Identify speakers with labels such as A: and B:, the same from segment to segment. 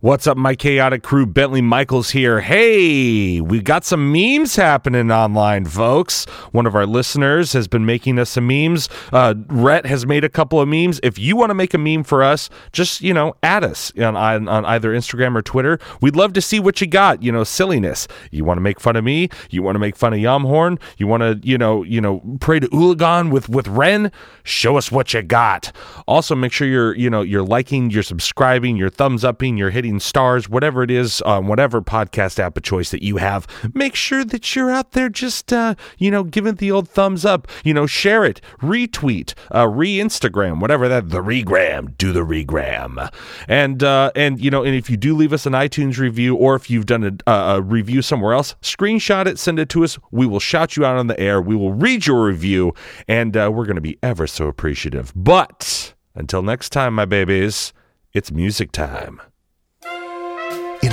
A: What's up, my chaotic crew? Bentley Michaels here. Hey, we got some memes happening online, folks. One of our listeners has been making us some memes. Uh, Rhett has made a couple of memes. If you want to make a meme for us, just, you know, add us on, on, on either Instagram or Twitter. We'd love to see what you got, you know, silliness. You want to make fun of me? You want to make fun of Yamhorn? You want to, you know, you know, pray to Ulagon with, with Ren? Show us what you got. Also, make sure you're, you know, you're liking, you're subscribing, you're thumbs upping, you're hitting stars, whatever it is, on whatever podcast app of choice that you have, make sure that you're out there just, uh, you know, giving the old thumbs up. You know, share it, retweet, uh, re-Instagram, whatever that, the regram, do the regram, and uh, and you know, and if you do leave us an iTunes review or if you've done a, a review somewhere else, screenshot it, send it to us. We will shout you out on the air. We will read your review, and uh, we're going to be ever so appreciative. But until next time, my babies, it's music time.
B: In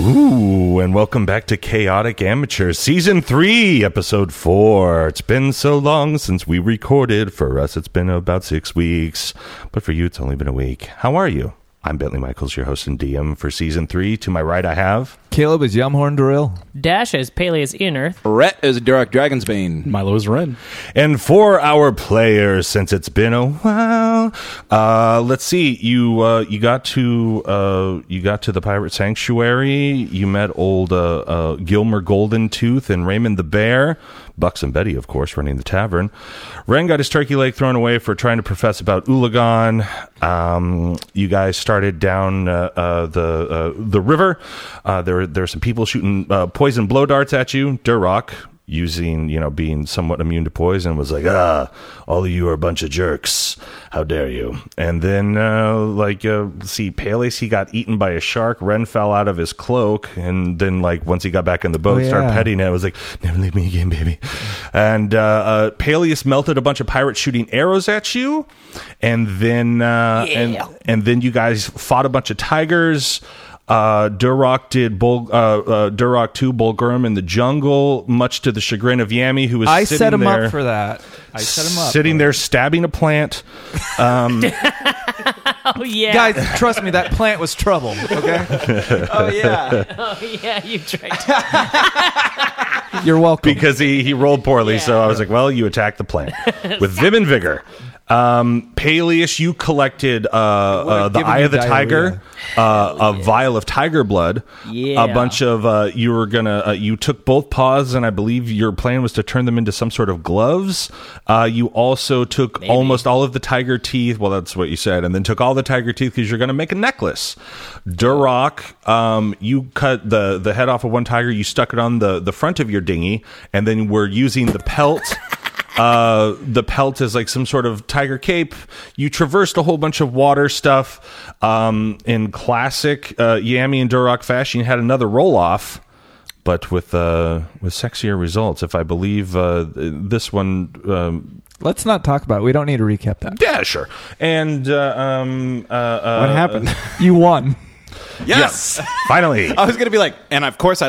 A: Ooh, and welcome back to Chaotic Amateur Season 3, Episode 4. It's been so long since we recorded. For us, it's been about six weeks, but for you, it's only been a week. How are you? I'm Bentley Michaels, your host and DM for Season 3. To my right, I have.
C: Caleb is Yumhorn Drill.
D: Dash as paley as in Earth.
E: Rhett is Derek Dragonsbane.
F: Milo is Ren.
A: And for our players, since it's been a while, uh, let's see. You uh, you got to uh, you got to the pirate sanctuary. You met old uh, uh, Gilmer Golden Tooth and Raymond the Bear. Bucks and Betty, of course, running the tavern. Ren got his turkey leg thrown away for trying to profess about Ulagon. Um, you guys started down uh, uh, the uh, the river. Uh, there there are some people shooting uh, poison blow darts at you. Durrock using, you know, being somewhat immune to poison, was like, ah, all of you are a bunch of jerks. How dare you? And then, uh, like, uh, see, Peleus, he got eaten by a shark. Ren fell out of his cloak. And then, like, once he got back in the boat,
C: Oh,
A: started
C: yeah.
A: petting it. I was like, never leave me again, baby. And uh, uh, Peleus melted a bunch of pirates shooting arrows at you. And then, uh, and, and then you guys fought a bunch of tigers. Uh, Duroc did Bul- uh, uh, Duroc 2 Bulgurum in the jungle, much to the chagrin of Yami, who was
C: I
A: sitting
C: set him
A: there,
C: up for that. I set him up.
A: sitting there stabbing a plant.
D: Oh yeah,
C: Guys, trust me, that plant was trouble. Okay,
E: Oh, yeah.
D: Oh yeah, you tried. To.
C: you're welcome.
A: because he, he rolled poorly. So I was like, well, you attacked the plant with vim and vigor. Um, Peleus, you collected uh, uh, the
C: giving
A: eye
C: you
A: of the tiger, uh, a vial of tiger blood,
D: Yeah.
A: a bunch of uh, you were gonna uh, you took both paws, and I believe your plan was to turn them into some sort of gloves. Uh, you also took almost all of the tiger teeth. Well, that's what you said, and then took all the tiger teeth because you're gonna make a necklace. Duroc, um, you cut the the head off of one tiger. You stuck it on the the front of your dinghy, and then we're using the pelt. uh, the pelt is like some sort of tiger cape. You traversed a whole bunch of water stuff. Um, in classic uh, Yami and Duroc fashion, you had another roll off, but with uh, with sexier results. If I believe uh, this one um,
C: Let's not talk about. it. We don't need to recap that.
A: yeah, sure. And uh, um, uh, uh,
F: What happened?
C: You won.
E: Yes.
A: finally,
E: I was going to be like, and of course I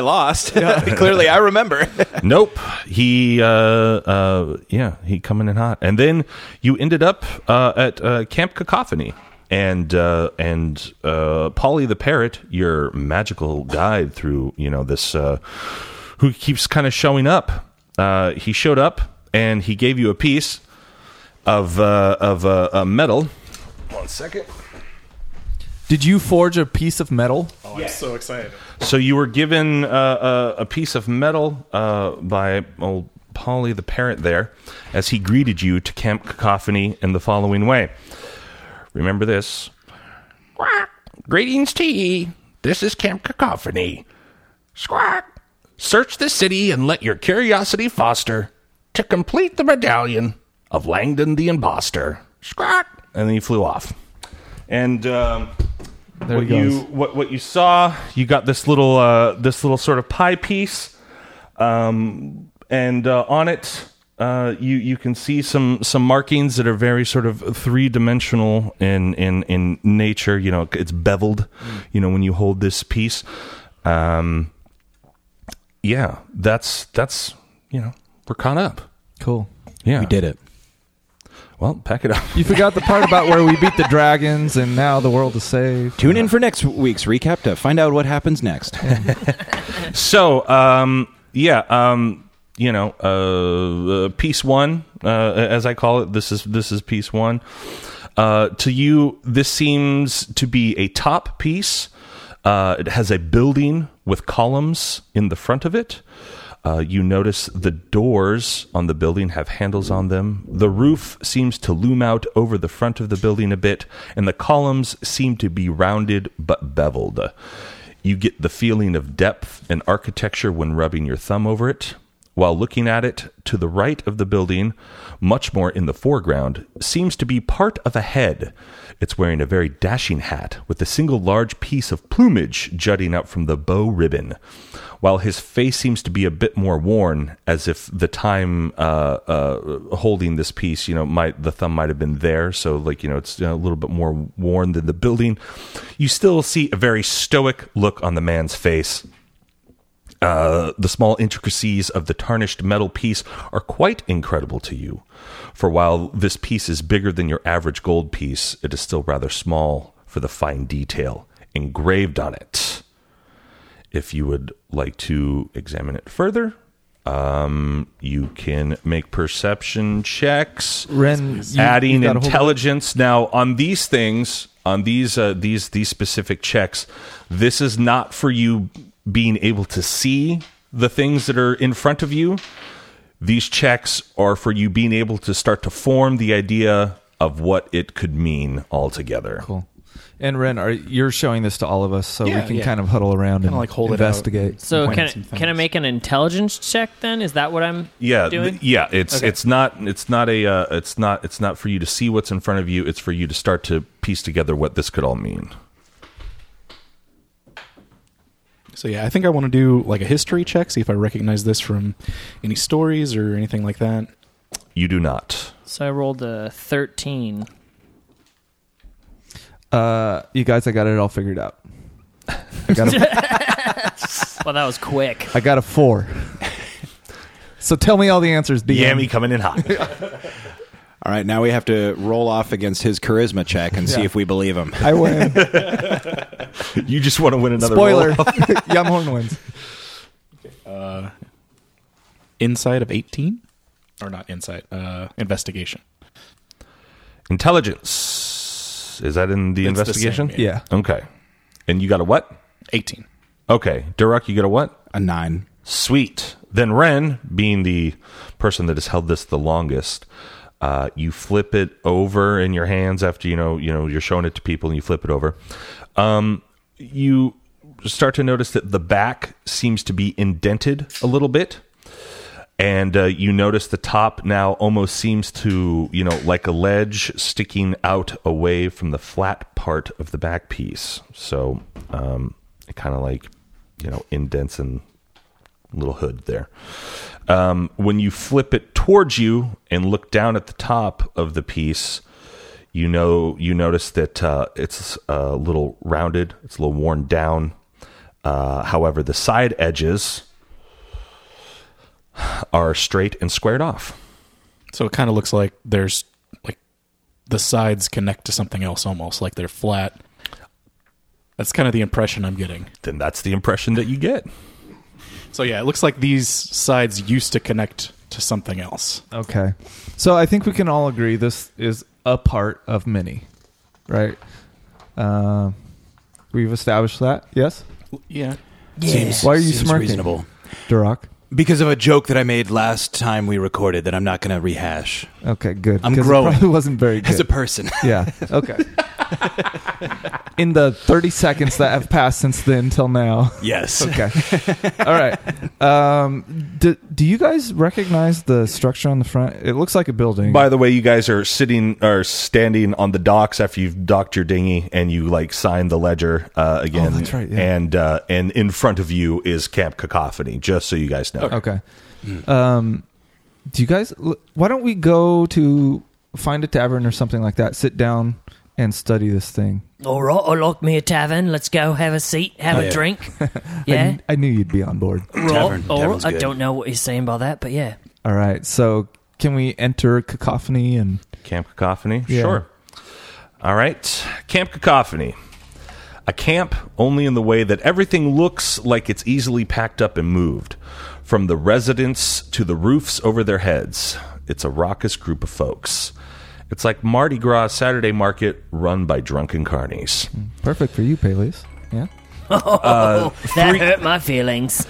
E: lost. Clearly, I remember.
A: nope. He, uh, uh, yeah, he coming in hot. And then you ended up uh, at uh, Camp Cacophony. And uh, and uh, Polly the parrot, your magical guide through you know this, uh, who keeps kind of showing up. Uh, he showed up and he gave you a piece of uh, of uh, a metal. One second.
C: Did you forge a piece of metal?
F: I'm so excited.
A: So you were given uh, uh, a piece of metal uh, by old Polly the parrot there as he greeted you to Camp Cacophony in the following way. Remember this. Squawk. Greetings to ye. This is Camp Cacophony. Squawk. Search the city and let your curiosity foster to complete the medallion of Langdon the Imposter. Squawk. And then he flew off. and um,
C: There
A: what
C: he goes.
A: you what what you saw, you got this little uh, this little sort of pie piece, um, and uh, on it. Uh, you you can see some some markings that are very sort of three dimensional in in in nature. You know, it's beveled.
C: Mm.
A: You know, when you hold this piece, um, yeah, that's that's you know we're caught up.
C: Cool.
A: Yeah,
F: We did it.
A: Well, pack it up.
C: You forgot the part about where we beat the dragons and now the world is saved.
F: Tune in for next week's recap to find out what happens next.
A: So, um, yeah, um, you know, uh, uh, piece one, uh, as I call it. This is this is piece one. Uh, to you, this seems to be a top piece. Uh, it has a building with columns in the front of it. Uh, you notice the doors on the building have handles on them. The roof seems to loom out over the front of the building a bit, and the columns seem to be rounded but beveled. You get the feeling of depth and architecture when rubbing your thumb over it. While looking at it, to the right of the building, much more in the foreground, seems to be part of a head. It's wearing a very dashing hat with a single large piece of plumage jutting out from the bow ribbon, while his face seems to be a bit more worn, as if the time uh, uh, holding this piece, you know, might the thumb might have been there, so like you know, it's you know, a little bit more worn than the building. You still see a very stoic look on the man's face the small intricacies of the tarnished metal piece are quite incredible to you. For while this piece is bigger than your average gold piece, it is still rather small for the fine detail engraved on it. If you would like to examine it further, um, you can make perception checks
C: Ren, you-
A: adding
C: you got a whole-
A: intelligence now on these things on these uh, these these specific checks this is not for you being able to see the things that are in front of you these checks are for you being able to start to form the idea of what it could mean altogether
C: Cool. And Ren, are, you're showing this to all of us so
E: Yeah,
C: we can
E: yeah.
C: kind of huddle around and
E: like hold it out.
C: investigate.
D: So
E: Point
D: can
E: at some
D: I, can I
E: things.
D: make an intelligence check then? Is that what I'm
A: yeah th-
D: doing?
A: yeah it's it's not it's not a uh, it's not it's not for you to see what's in front of you it's for you to start to piece together what this could all mean
G: So yeah, I think I want to do like a history check, see if I recognize this from any stories or anything like that.
A: you do not
D: So I rolled a 13.
C: Uh, you guys, I got it all figured out. I got a,
D: Well, that was quick.
C: I got a four. So tell me all the answers, DM.
A: yammy coming in hot
F: All right, now we have to roll off against his charisma check and see
C: Yeah.
F: if we believe him.
C: I win.
A: you just want to win another
C: Spoiler.
A: roll.
C: Yum Horn wins.
G: Insight of eighteen, or not insight? Uh, investigation.
A: Intelligence. Is that in the
G: It's the
A: investigation?
G: same,
C: Yeah.
A: Okay. And you got a what?
G: Eighteen.
A: Okay. Durek, you got a what?
F: A nine.
A: Sweet. Then Ren, being the person that has held this the longest, uh, you flip it over in your hands after you know you know you're showing it to people and you flip it over. Um, you start to notice that the back seems to be indented a little bit, and uh, you notice the top now almost seems to you know like a ledge sticking out away from the flat part of the back piece. So um, it kind of like you know indents and little hood there. Um, when you flip it towards you and look down at the top of the piece, you know you notice that uh, it's a little rounded, it's a little worn down. Uh, however, the side edges are straight and squared off.
G: So it kind of looks like there's like the sides connect to something else almost, like they're flat. That's kind of the impression I'm getting.
A: Then that's the impression that you get.
G: So yeah, it looks like these sides used to connect to something else.
C: Okay. So I think we can all agree this is a part of many, right? Um, we've established that. Yes.
G: Yeah.
F: Seems,
C: Why are you
F: seems
C: smirking?
F: reasonable.
C: Duroc.
F: Because of a joke that I made last time we recorded that I'm not going to rehash.
C: Okay. Good.
F: I'm
C: 'Cause
F: growing.
C: It probably wasn't very
F: As
C: good.
F: a person.
C: yeah. Okay. In the 30 seconds that have passed since then till now.
F: yes.
C: Okay. All right. Um, do, do you guys recognize the structure on the front? It looks like a building.
A: By the way, you guys are sitting or standing on the docks after you've docked your dinghy and you like sign the ledger uh, again.
C: Oh, that's right, yeah.
A: And uh, and in front of you is Camp Cacophony. Just so you guys know.
C: okay. Um, do you guys? l- Why don't we go to find a tavern or something like that? Sit down and study this thing.
D: All right, I like me a tavern. Let's go have a seat, have a
F: Yeah.
D: drink.
C: I
D: Yeah.
C: kn- I, knew you'd be on board.
D: Right.
F: Tavern.
D: All right.
F: Tavern's
D: I
F: good.
D: don't know what he's saying by that, but yeah.
C: All right. So can we enter cacophony and
A: Camp Cacophony?
C: Yeah.
A: Sure. All right. Camp Cacophony. A camp only in the way that everything looks like it's easily packed up and moved, from the residents to the roofs over their heads. It's a raucous group of folks. It's like Mardi Gras Saturday market run by drunken carnies.
C: perfect for you, Peleus? Yeah.
D: Oh, that hurt my feelings.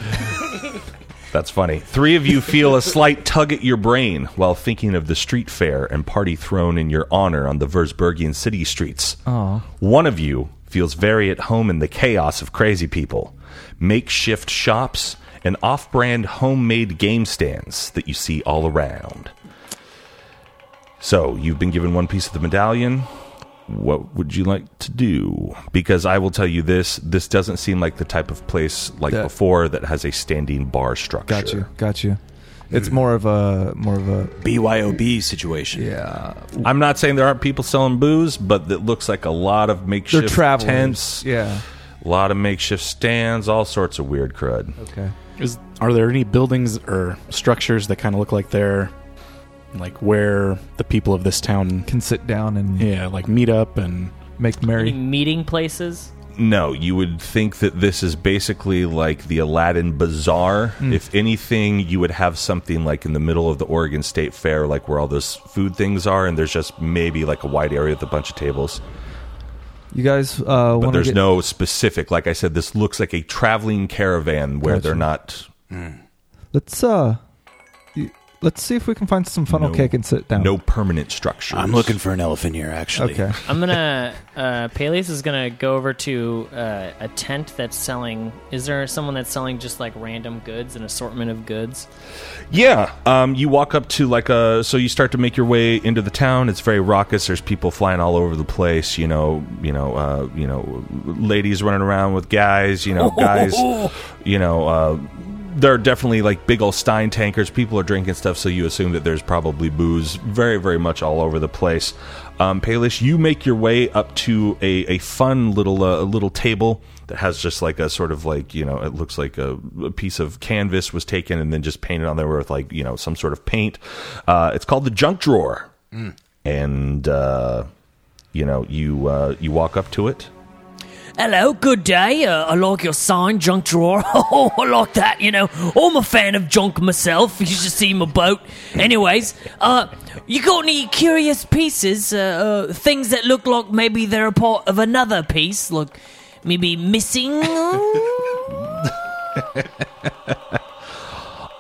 A: That's funny. Three of you feel a slight tug at your brain while thinking of the street fair and party thrown in your honor on the Würzburgian city streets. One of you feels very at home in the chaos of crazy people, makeshift shops, and off brand homemade game stands that you see all around. So, you've been given one piece of the medallion. What would you like to do? Because I will tell you this this doesn't seem like the type of place like
C: That-
A: before that has a standing bar structure.
C: Got you. Got you. It's more of a more of a
F: BYOB situation.
C: yeah.
A: I'm not saying there aren't people selling booze, but it looks like a lot of
C: They're
A: makeshift
C: travelers.
A: tents,
C: Yeah.
A: a lot of makeshift stands, all sorts of weird crud.
C: Okay.
G: Is are there any buildings or structures that kind of look like they're like where the people of this town
C: Can sit down and
G: yeah like meet up and
C: make merry.
D: Any meeting places?
A: No, you would think that this is basically like the Aladdin Bazaar.
C: Hmm.
A: If anything, you would have something like in the middle of the Oregon State Fair, like where all those food things are, and there's just maybe like a wide area with a bunch of tables.
C: You guys uh,
A: But
C: want
A: there's
C: get,
A: no specific. Like I said, this looks like a traveling caravan where
C: Gotcha.
A: they're not
C: Let's uh, y- let's see if we can find some funnel
A: No.
C: cake and sit down.
A: no permanent structure.
F: I'm looking for an elephant here, actually.
C: Okay.
D: I'm gonna. Uh, Peleus is gonna go over to uh, a tent that's selling. Is there someone that's selling just like random goods, an assortment of goods?
A: Yeah, um, you walk up to like a. So you start to make your way into the town. It's very raucous. There's people flying all over the place. You know, you know, uh, you know, ladies running around with guys. You know, guys. You know, uh, there are definitely like big old Stein tankers. People are drinking stuff, so you assume that there's probably booze very, very much all over the place. Um, Payless, you make your way up to a, a fun little uh, little table that has just like a sort of like you know it looks like a, a piece of canvas was taken and then just painted on there with like you know some sort of paint. Uh, it's called the junk drawer, and uh, you know you uh, you walk up to it.
D: Hello, good day. Uh, I like your sign, junk drawer. Oh, I like that. You know, I'm a fan of junk myself. You should see my boat. Anyways, uh, you got any curious pieces? Uh, uh, things that look like maybe they're a part of another piece, like maybe missing.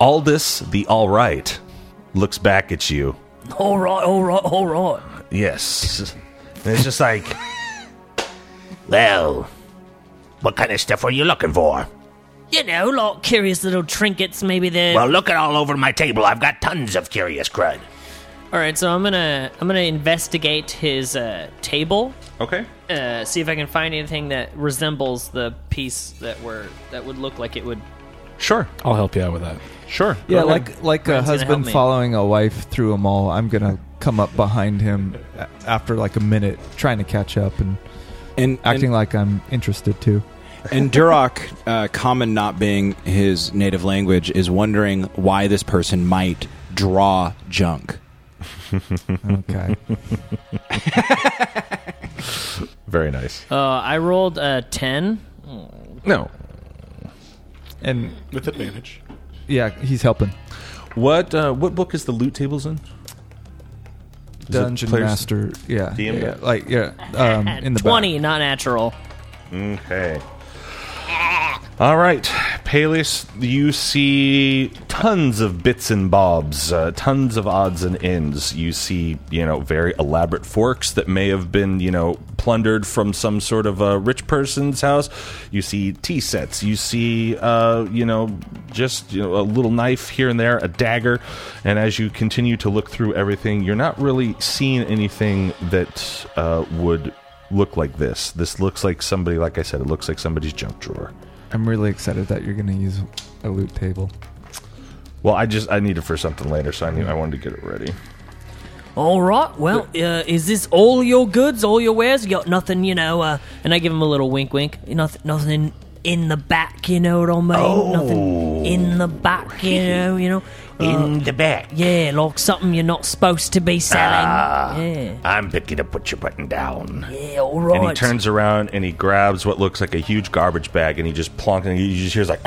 A: Aldous the All Right looks back at you.
D: all right, all right, all right.
H: Yes. And it's just like, well, what kind of stuff are you looking for?
D: You know, like curious little trinkets. Maybe they're
H: Well, look at all over my table. I've got tons of curious crud.
D: All right, so I'm gonna I'm gonna investigate his uh, table,
A: Okay.
D: uh, see if I can find anything that resembles the piece that were that would look like it would.
A: Sure.
G: I'll help you out with that.
A: Sure.
C: Yeah, like like a
D: Ryan's gonna help
C: husband
D: me.
C: following a wife through a mall. I'm gonna come up behind him a- after like a minute, trying to catch up and
F: And
C: acting like I'm interested too.
F: and, and Duroc, uh, common not being his native language, is wondering why this person might draw junk.
C: Okay.
A: Very nice.
D: Uh, I rolled a ten.
A: No.
C: and
G: With advantage.
C: yeah, he's helping.
A: What uh, what book is the loot tables in? it
C: Dungeon
A: players-
C: master. Yeah.
A: DM?
C: yeah, Like yeah. Um, in the back.
D: twenty, not natural.
A: Okay. All right, Peleus, you see tons of bits and bobs, uh, tons of odds and ends. You see, you know, very elaborate forks that may have been, you know, plundered from some sort of a rich person's house. You see tea sets. You see, uh, you know, just you know, a little knife here and there, a dagger. And as you continue to look through everything, you're not really seeing anything that uh, would look like this. This looks like somebody, like I said, it looks like somebody's junk drawer.
C: I'm really excited that you're gonna use a loot table.
A: Well, I just I need it for something later, so I knew I wanted to get it ready.
D: All right. Well, uh, is this all your goods, all your wares? You got nothing, you know? Uh, and I give him a little wink, wink. Nothing, nothing in the back, you know what I mean? nothing in the back, you know, you know.
C: Oh.
D: Uh,
H: In the back.
D: yeah, like something you're not supposed to be selling.
C: Ah.
D: yeah,
H: I'm picking up what you're putting down.
D: yeah, all right.
A: And he turns around and he grabs what looks like a huge garbage bag and he just plonks and he just hears like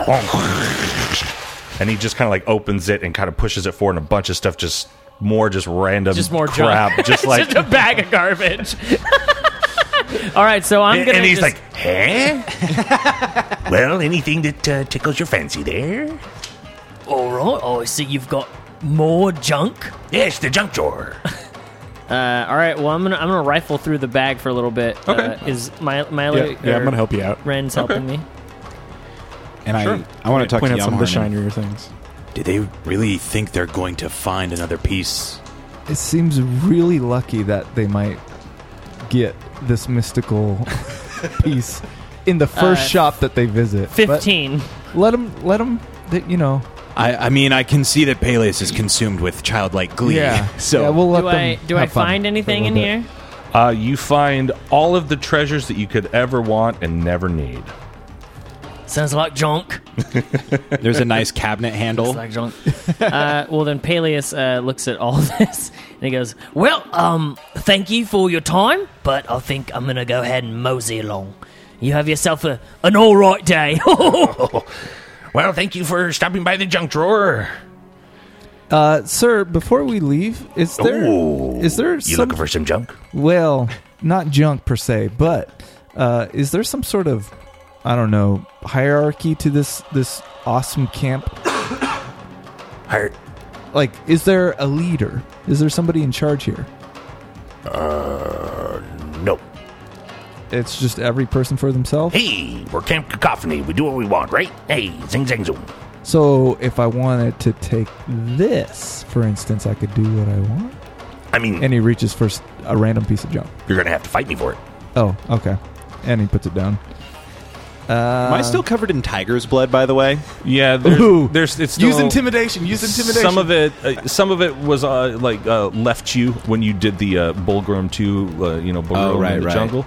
A: clonk. and he just kind of like opens it and kind of pushes it forward and a bunch of stuff just more just random
D: Just more
A: crap
D: junk.
A: just
D: It's
A: like
D: just a bag of garbage. all right, so I'm
H: And,
D: gonna.
H: and he's
D: just-
H: like,
A: "Eh?"
H: huh? well, anything that uh, tickles your fancy there?
D: all right. Oh, I see you've got more junk.
H: Yes, the junk drawer.
I: Uh, all right. Well, I'm gonna I'm gonna rifle through the bag for a little bit. Okay. Uh, is my my
G: Oh,
I: er,
G: Yeah, yeah, I'm gonna help you out.
I: Ren's helping me.
F: And I, I want to talk to
G: Point out some
F: Yamhorn.
G: of the
F: and-
G: shinier things.
F: Do they really think they're going to find another piece?
C: It seems really lucky that they might get this mystical piece in the first
I: Uh,
C: shop that they visit. But
I: Fifteen.
C: let them. Let them. You know.
F: I, I mean, I can see that Peleus is consumed with childlike glee. So
C: yeah, we'll let
I: Do
C: them
I: I do I
C: have fun
I: find
C: for a
I: anything in
C: little bit.
I: here?
A: uh, you find all of the treasures that you could ever want and never need.
D: Sounds like junk.
F: there's
G: uh,
F: a nice cabinet handle.
D: Sounds like junk.
I: Uh, well, then Peleus uh, looks at all this and he goes,
D: Well, um, thank you for your time, but I think I'm gonna go ahead and mosey along. You have yourself a, an all right day.
H: Well, thank you for stopping by the junk drawer.
C: Uh, sir, before we leave, is there is
H: Ooh.
C: there
H: Oh, You
C: some
H: looking for some junk?
C: well, not junk per se, but uh, is there some sort of I don't know hierarchy to this this awesome camp?
H: Heart.
C: Like, is there a leader? Is there somebody in charge here?
H: Nope.
C: It's just every person for themselves.
H: Hey, we're Camp Cacophony. We do what we want, right? Hey, zing, zing, zoom.
C: So, if I wanted to take this, for instance, I could do what I want.
H: I mean,
C: And he reaches for s- a random piece of junk.
H: you're going to have to fight me for it.
C: Oh, okay. And he puts it down. Uh,
F: Am I still covered in tiger's blood, by the way?
A: Yeah, there's,
C: Ooh.
A: there's it's
C: use
A: still-
C: intimidation? Use intimidation.
A: Some of it, uh, some of it was uh, like uh, left you when you did the uh, Bulgrim two, uh, you know, Bulgrim
F: Oh, right,
A: in the
F: right.
A: jungle.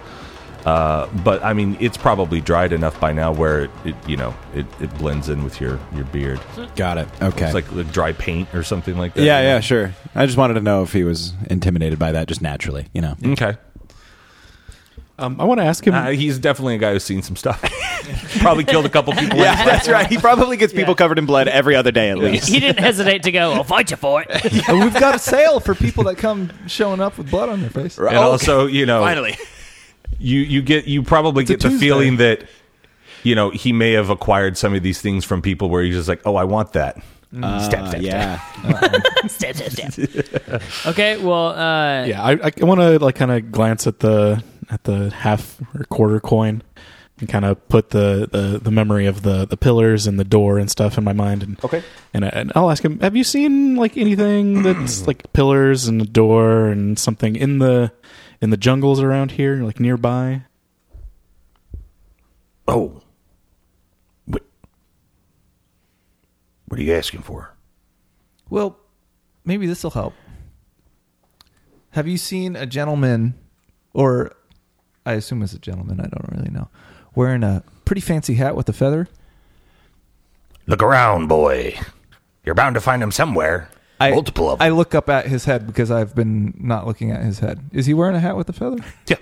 A: Uh, but I mean, it's probably dried enough by now where it, it you know, it, it blends in with your your beard.
F: Got it. Okay.
A: It's like, like dry paint or something like that.
F: yeah, yeah, sure. I just wanted to know if he was intimidated by that just naturally, you know.
A: Okay,
G: Um, I want to ask him.
A: uh, he's definitely a guy who's seen some stuff. probably killed a couple people.
F: Yeah, that's right. He probably gets people covered in blood every other day at least.
I: he didn't hesitate to go.
D: I'll fight you for it.
C: and we've got a sale for people that come showing up with blood on their face.
A: And also, you know,
F: Oh, Finally.
A: you you get you probably
C: a
A: get the
C: Tuesday.
A: feeling that you know he may have acquired some of these things from people where he's just like, oh, I want that.
F: Uh, yeah.
D: Step, step, step.
I: Okay. Well, uh,
G: yeah, I, I want to like kind of glance at the at the half or quarter coin and kind of put the, the the memory of the the pillars and the door and stuff in my mind. And okay, and, I, and I'll ask him, have you seen like anything that's like pillars and a door and something in the in the jungles around here, like nearby?
H: Oh. What, what are you asking for?
C: Well, maybe this will help. Have you seen a gentleman, or I assume it's a gentleman, I don't really know, wearing a pretty fancy hat with a feather?
H: Look around, boy. You're bound to find them somewhere. Multiple of
C: I
H: them.
C: look up at his head because I've been not looking at his head. Is he wearing a hat with a feather?
A: Yeah.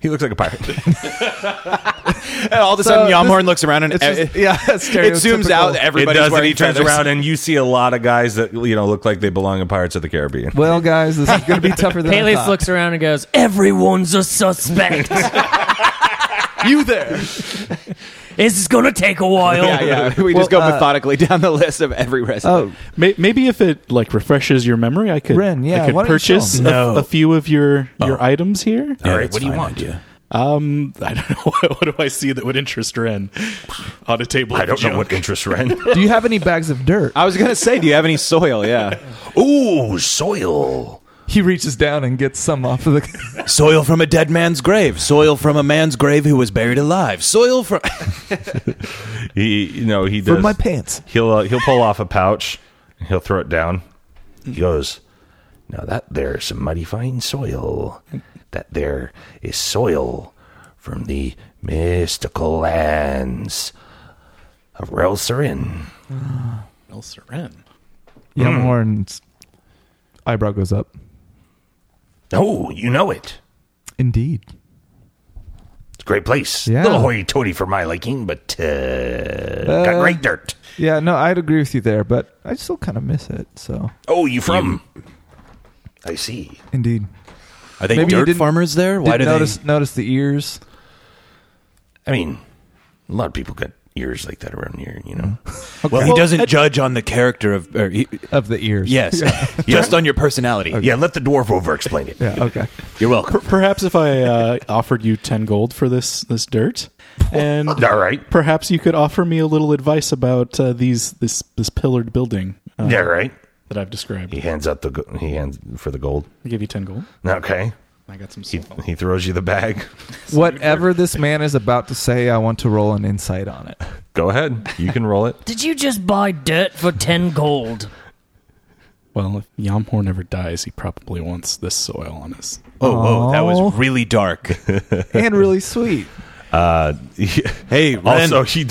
A: He looks like a pirate.
F: And all of a
C: So
F: sudden,
C: this-
F: Yamhorn looks around and
C: It's just,
F: it,
C: yeah,
F: it zooms out.
A: it
F: Everybody's
A: does, and
F: wearing
A: he turns
F: feathers.
A: around, and you see a lot of guys that you know look like they belong in Pirates of the Caribbean.
C: Well, guys, this is going to be tougher than I
I: Peleus
C: thought.
I: looks around and goes,
D: Everyone's a suspect.
C: You there?
D: This is gonna take a while.
E: Yeah, yeah. We just
C: Well,
E: go
C: uh,
E: methodically down the list of every recipe.
C: Oh,
G: May- Maybe if it like refreshes your memory, I could,
C: Ren, yeah,
G: I
C: why don't
G: could
C: you show
G: purchase a,
C: 'em?
A: No.
G: a few of your your items here.
F: All
H: right, what do you want?
G: Um, Oh. I don't know what, do I see that would interest Ren on a table.
H: I don't know what interests Ren.
C: do you have any bags of dirt?
E: I was gonna say, do you have any soil? Yeah,
H: Ooh, soil.
C: He reaches down and gets some off of the.
F: soil from a dead man's grave, soil from a man's grave who was buried alive, soil from.
A: He, you know, he does.
C: From my pants.
A: He'll uh, he'll pull off a pouch. He'll throw it down.
H: He goes, Now that there's some mighty fine soil. That there is soil from the mystical lands of Relsarin.
G: Ren.
F: Mm.
C: Yumhorn's eyebrow goes up.
H: Oh, you know it.
C: Indeed.
H: It's a great place.
C: Yeah.
H: little hoity-toity for my liking, but uh, got great dirt.
C: Yeah, no, I'd agree with you there, but I still kind of miss it. So,
H: Oh, you from? I see.
C: indeed.
F: Are they
C: Maybe you
F: dirt
C: didn't-
F: farmers there? Why do
C: Did notice
F: they?
C: notice the ears?
H: I mean, a lot of people got ears like that around here, you know.
F: Well, he doesn't judge on the character of. Or he,
C: Of the ears.
F: yes, just on your personality.
H: Yeah, let the dwarf over explain it.
C: Yeah, okay.
F: You're welcome.
G: Perhaps if I uh, offered you ten gold for this this dirt, and
H: All right.
G: perhaps you could offer me a little advice about uh, these this this pillared building uh,
H: Yeah, right.
G: that I've described.
H: He hands out the go- he hands for the gold.
G: I give you ten gold.
H: Okay.
G: I got some.
H: He
G: soil.
H: he throws you the bag.
C: Whatever this man is about to say, I want to roll an insight on it.
A: Go ahead. You can roll it.
D: Did you just buy dirt for ten gold?
G: Well, if Yamhor never dies, he probably wants this soil on his.
F: Oh, whoa, that was really dark.
C: And really sweet.
F: Hey, Ren,
A: Also, he.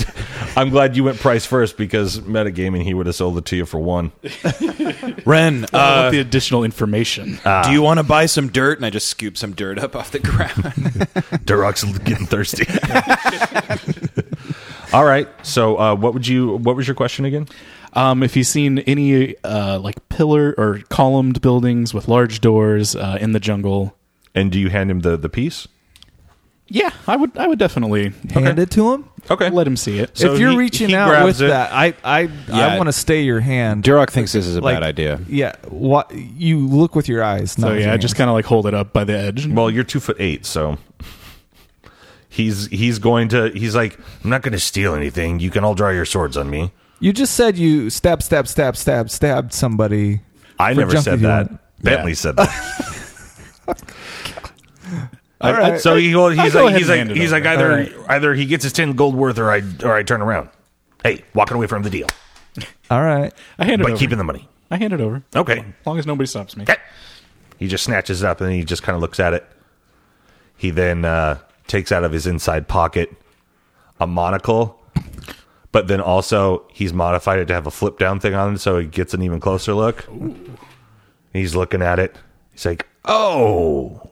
A: I'm glad you went price first because metagaming, he would have sold it to you for one.
F: Ren,
G: I
F: uh,
G: want the additional information.
F: do
E: Ah.
F: you want to buy some dirt? And I just scoop some dirt up off the ground.
H: Durok's getting thirsty.
A: All right. So, uh, what would you? What was your question again?
G: Um, if you've seen any uh, like pillar or columned buildings with large doors uh, in the jungle,
A: And do you hand him the the piece?
G: yeah, I would. I would definitely
C: Hand it to him.
A: Okay.
G: let him see it.
A: So
C: if you're
A: he-
C: reaching
A: he
C: out
A: grabs
C: with
A: it.
C: that, I I
F: Yeah.
C: I want to stay your hand.
F: Durok thinks this is a
C: Like,
F: bad idea.
C: Yeah, what you look with your eyes. Not
G: So
C: with
G: yeah,
C: your
G: I just kind of like hold it up by the edge.
A: Well, you're two foot eight, so he's he's going to. He's like,
H: I'm not going to steal anything. You can all draw your swords on me.
C: hands. You just said you stab, stab, stab, stab, stabbed somebody.
A: I
C: For
A: never
C: junk
A: said
C: if you
A: that.
C: want.
A: Bentley said that.
C: All right.
H: So he goes. He's
G: go
H: like,
G: ahead and
H: he's like,
G: hand it
H: he's
G: over.
H: like, either either he gets his ten gold worth, or I or I turn around. Hey, walking away from the deal,
C: All right.
G: I hand it
H: but
G: over.
H: keeping the money.
G: I hand it over.
H: Okay.
G: As long as nobody stops me.
H: Okay. He just snatches it up and he just kind of looks at it. He then uh, takes out of his inside pocket a monocle, but then also he's modified it to have a flip down thing on it so it gets an even closer look. He's looking at it. He's like, "Oh,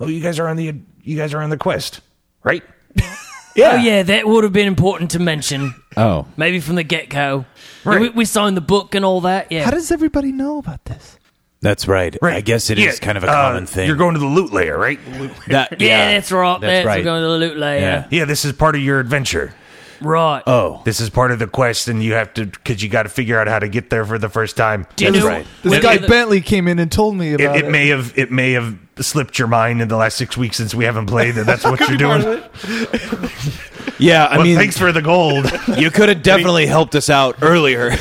H: oh, you guys are on the you guys are on the quest, right?"
D: Oh yeah, that would have been important to mention.
F: Oh,
D: Maybe from the get go. We, we signed the book and all that. Yeah.
C: How does everybody know about this?
F: that's right.
H: Right.
F: I guess it is
H: Yeah,
F: kind of a
H: uh,
F: common thing.
H: You're going to the loot layer, right?
F: That-
D: yeah, that's right.
F: That's
D: That's,
F: right.
D: going to the loot layer.
F: Yeah.
H: Yeah, this is part of your adventure.
D: Right.
F: Oh,
H: This is part of the quest, and you have to because you got to figure out how to get there for the first time.
D: Do you
F: that's
D: know-
F: right.
C: This
D: Well,
C: guy
D: the-
C: Bentley came in and told me about it.
H: it, it may have it may have slipped your mind in the last six weeks since we haven't played, and that's what you're doing. Well,
F: yeah. I mean,
H: thanks for the gold.
F: you could have definitely helped us out earlier.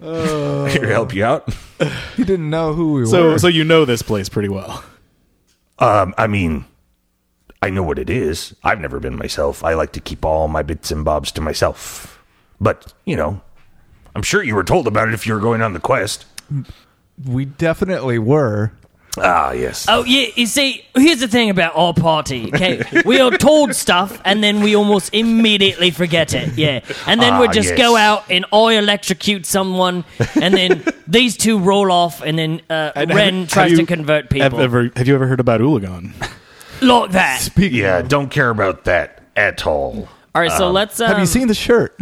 A: Here, help you out.
C: He didn't know who we
G: So
C: were.
G: so you know this place pretty well.
H: um, I mean, I know what it is. I've never been myself. I like to keep all my bits and bobs to myself. But you know, I'm sure you were told about it if you were going on the quest.
C: we definitely were.
H: Ah, yes.
D: Oh yeah, you see, here's the thing about our party. Okay, we are told stuff and then we almost immediately forget it. Yeah, and then
H: Ah,
D: we just
H: yes.
D: go out and I electrocute someone, and then these two roll off, and then uh,
G: And
D: Ren
G: have-
D: tries
G: have
D: to
G: you-
D: convert
G: Have
D: people
G: ever have you ever heard about Ulagon?
D: like that.
H: yeah, don't care about that at all.
I: All right, so let's. Um,
C: Have you seen the shirt?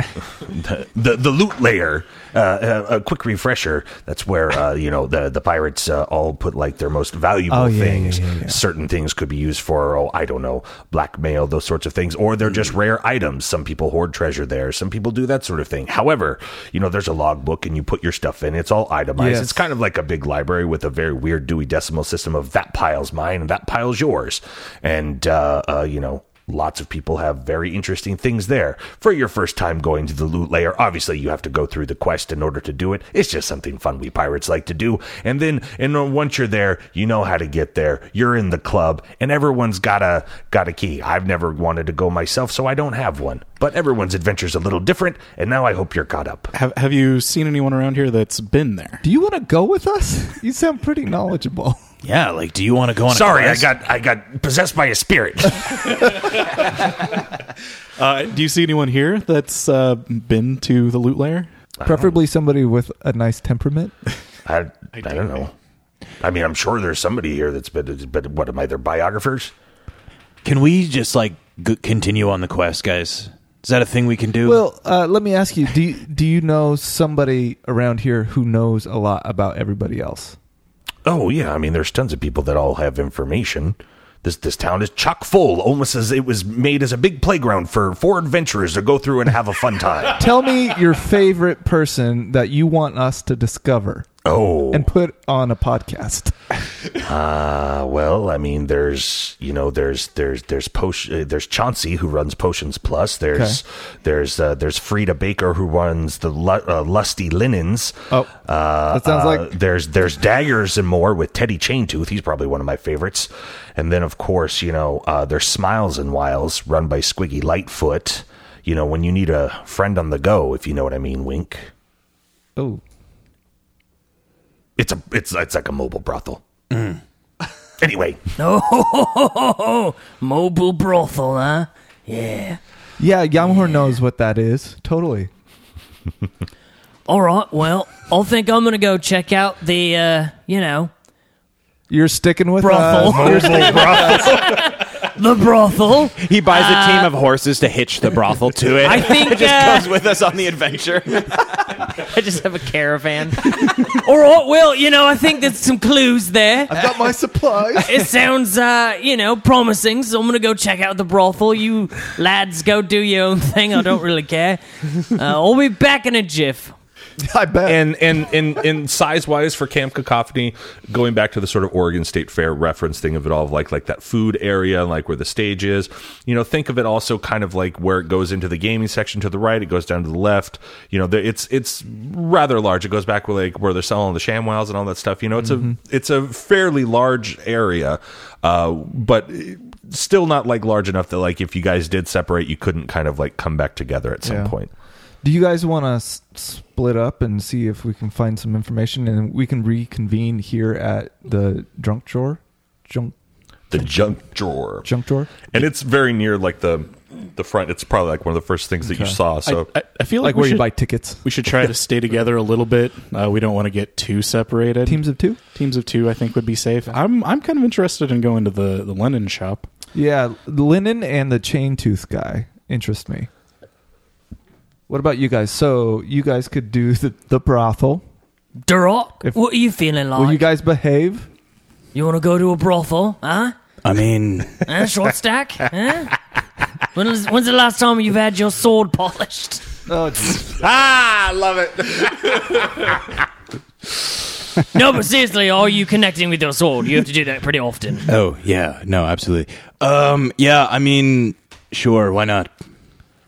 H: the the loot layer. Uh, uh, a quick refresher. That's where uh, you know the the pirates uh, all put like their most valuable
C: Oh, yeah,
H: things.
C: yeah,
F: Mm-hmm,
C: yeah, yeah.
H: Certain things could be used for oh I don't know blackmail those sorts of things, or they're
F: Mm-hmm.
H: just rare items. Some people hoard treasure there. Some people do that sort of thing. However, you know there's a logbook and you put your stuff in. It's all itemized.
C: Yes.
H: It's kind of like a big library with a very weird Dewey Decimal system of that pile's mine and that pile's yours, and uh, uh, you know Lots of people have very interesting things there. For your first time going to the loot layer, obviously you have to go through the quest in order to do it. It's just something fun we pirates like to do. And then, and then once you're there, you know how to get there. You're in the club, and everyone's got a got a key. I've never wanted to go myself, so I don't have one. But everyone's adventure's a little different, and now I hope you're caught up.
G: Have Have you seen anyone around here that's been there?
C: Do you want to go with us? You sound pretty knowledgeable.
F: Yeah, like, do you want to go on?
H: Sorry,
F: a
H: I
F: quest?
H: got I got possessed by a spirit.
G: Uh, do you see anyone here that's uh, been to the loot lair?
C: Preferably somebody with a nice temperament.
H: I, I, don't know. I mean, I'm sure there's somebody here that's been, but what am I? Their biographers?
F: Can we just like g- continue on the quest, guys? Is that a thing we can do?
C: Well, uh, let me ask you do you, do you know somebody around here who knows a lot about everybody else?
H: Oh yeah, I mean there's tons of people that all have information. This this town is chock full, almost as it was made as a big playground for four adventurers to go through and have a fun time.
C: Tell me your favorite person that you want us to discover
H: oh,
C: and put on a podcast.
H: uh, well, I mean there's you know there's there's there's potion, uh, there's Chauncey who runs Potions Plus. There's there's uh, there's Frida Baker who runs the lu- uh, Lusty Linens.
C: Oh,
H: Uh,
C: that sounds
H: uh,
C: like
H: there's there's daggers and more with Teddy Chaintooth. He's probably one of my favorites. And then of course you know uh, there's Smiles and Wiles run by Squiggy Lightfoot. You know when you need a friend on the go, if you know what I mean. Wink.
C: oh,
H: It's a it's it's like a mobile brothel. anyway,
D: Oh, mobile brothel, huh? Yeah.
C: yeah, Yamhor knows what that is. Totally.
D: All right. Well, I think I'm gonna go check out the, uh, you know,
C: You're sticking with
D: Brothel.
C: us. You're sticking-
D: the brothel.
F: he buys
H: Uh,
F: a team of horses to hitch the brothel to it.
D: I think.
F: It just
D: uh,
F: goes with us on the adventure.
I: I just have a caravan.
D: all right. Well, you know, I think there's some clues there.
C: I've got my supplies.
D: It sounds, uh, you know, promising. So I'm gonna go check out the brothel. You lads, go do your own thing. I don't really care. Uh, I'll be back in a jiff.
C: I bet.
A: and and and and size wise for Camp Cacophony, going back to the sort of Oregon State Fair reference thing of it all, of like like that food area, and like where the stage is. You know, think of it also kind of like where it goes into the gaming section to the right, it goes down to the left. You know, there, it's it's rather large. It goes back where like where they're selling the ShamWows and all that stuff. You know, it's a it's a fairly large area, uh, but. Still not like large enough that like if you guys did separate, you couldn't kind of like come back together at some
C: Yeah.
A: point.
C: Do you guys want to s- split up and see if we can find some information and we can reconvene here at the drunk drawer? Junk,
A: The junk drawer.
C: junk drawer?
A: and it's very near like the the front. It's probably like one of the first things that you saw. So
G: I, I, I feel like,
C: Like where
G: we
C: you
G: should,
C: buy tickets?
G: we should try to stay together a little bit. Uh, we don't want to get too separated.
C: Teams of two?
G: Teams of two, I think, would be safe. I'm I'm kind of interested in going to the the linen shop.
C: Yeah, the linen and the chain tooth guy interest me. What about you guys? So you guys could do the, the brothel.
D: Duroc,
C: If-
D: what are you feeling like?
C: Will you
D: you
C: guys behave?
D: want to go to a brothel, huh?
F: I mean,
D: Huh, short stack? huh? When is, when's the last time you've had your sword polished?
C: Oh,
H: ah, I love it.
D: No, but seriously, are you connecting with your sword? You have to do that pretty often.
F: oh yeah, no, absolutely. Um, yeah, I mean, sure, why not?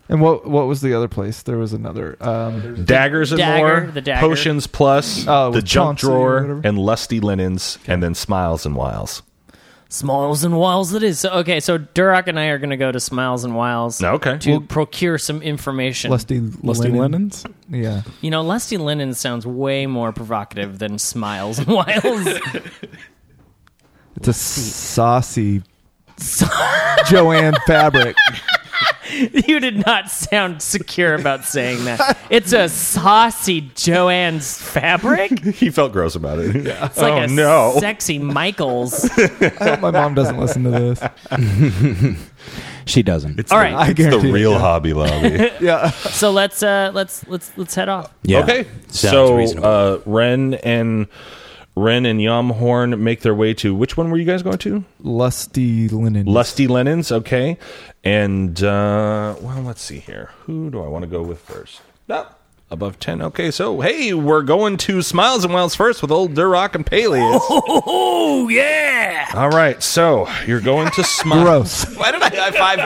C: and what what was the other place? There was another. Um,
A: daggers and
I: Dagger,
A: more
I: the dagger.
A: potions plus
C: Oh,
A: the
C: with
A: junk
C: Chauncey or
A: drawer
C: whatever.
A: and lusty linens, and then smiles and wiles.
D: Smiles and wiles it is.
I: So okay, so Duroc and I are gonna go to Smiles and Wiles
A: Okay,
I: to procure some information.
C: lusty
G: Lusty
C: linen.
G: linens.
C: Yeah.
I: you know, Lusty Linen sounds way more provocative than Smiles and Wiles.
C: It's a saucy Joanne fabric.
I: you did not sound secure about saying that. It's a saucy Joanne's fabric.
A: he felt gross about it.
I: It's like
A: Oh,
I: a
A: no.
I: sexy Michaels.
C: I hope my mom doesn't listen to this.
F: She doesn't.
H: It's
I: All
H: the,
I: right.
C: I
H: it's the
C: guarantee it,
H: real
C: yeah.
H: Hobby Lobby.
C: Yeah.
I: So let's uh let's let's let's head off.
F: yeah.
A: Okay.
F: Sounds
A: so
F: reasonable.
A: uh, Ren and Ren and Yomhorn make their way to which one were you guys going to?
C: Lusty linen.
A: Lusty Lennon's, okay. And uh, well, let's see here. Who do I want to go with first? No. Above ten. Okay, so hey, we're going to Smiles and Wells first with old Durock and Peleus.
D: Oh, yeah.
A: All right, so you're going to Smiles.
C: Gross.
E: Why did I high five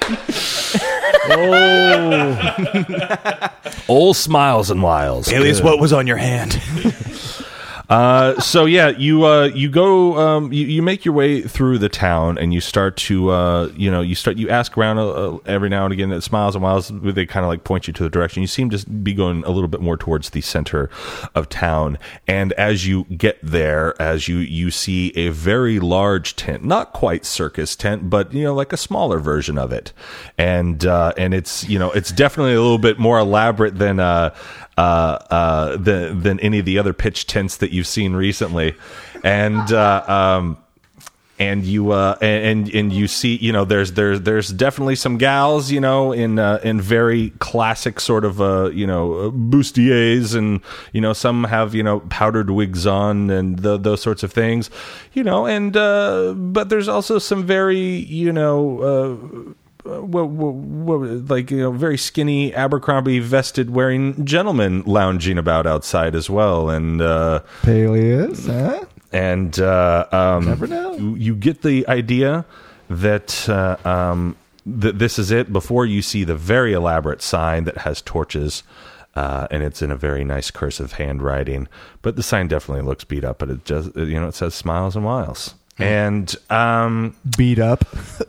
E: that?
A: Oh. Old Smiles and Wiles.
F: Alias, what was on your hand?
A: Uh, so yeah, you uh, you go um, you, you make your way through the town and you start to uh, you know you start you ask around uh, uh, every now and again that smiles and wiles they kind of like point you to the direction you seem to be going a little bit more towards the center of town and as you get there as you you see a very large tent not quite circus tent but you know like a smaller version of it and uh, and it's you know it's definitely a little bit more elaborate than uh, uh, uh, than than any of the other pitch tents that you've seen recently, and uh, um, and you uh, and and you see you know there's there's there's definitely some gals you know in uh, in very classic sort of uh, you know bustiers and you know some have you know powdered wigs on and tho- those sorts of things, you know and uh, but there's also some very you know uh, what, what, what, like you know, very skinny Abercrombie vested wearing gentlemen lounging about outside as well, and uh,
C: Peleus, huh?
A: and uh, um,
C: Never know.
A: You, you get the idea that uh, um, that this is it before you see the very elaborate sign that has torches. Uh, and it's in a very nice cursive handwriting, but the sign definitely looks beat up. But it just, you know, it says "Smiles and Miles," and um,
C: Beat up.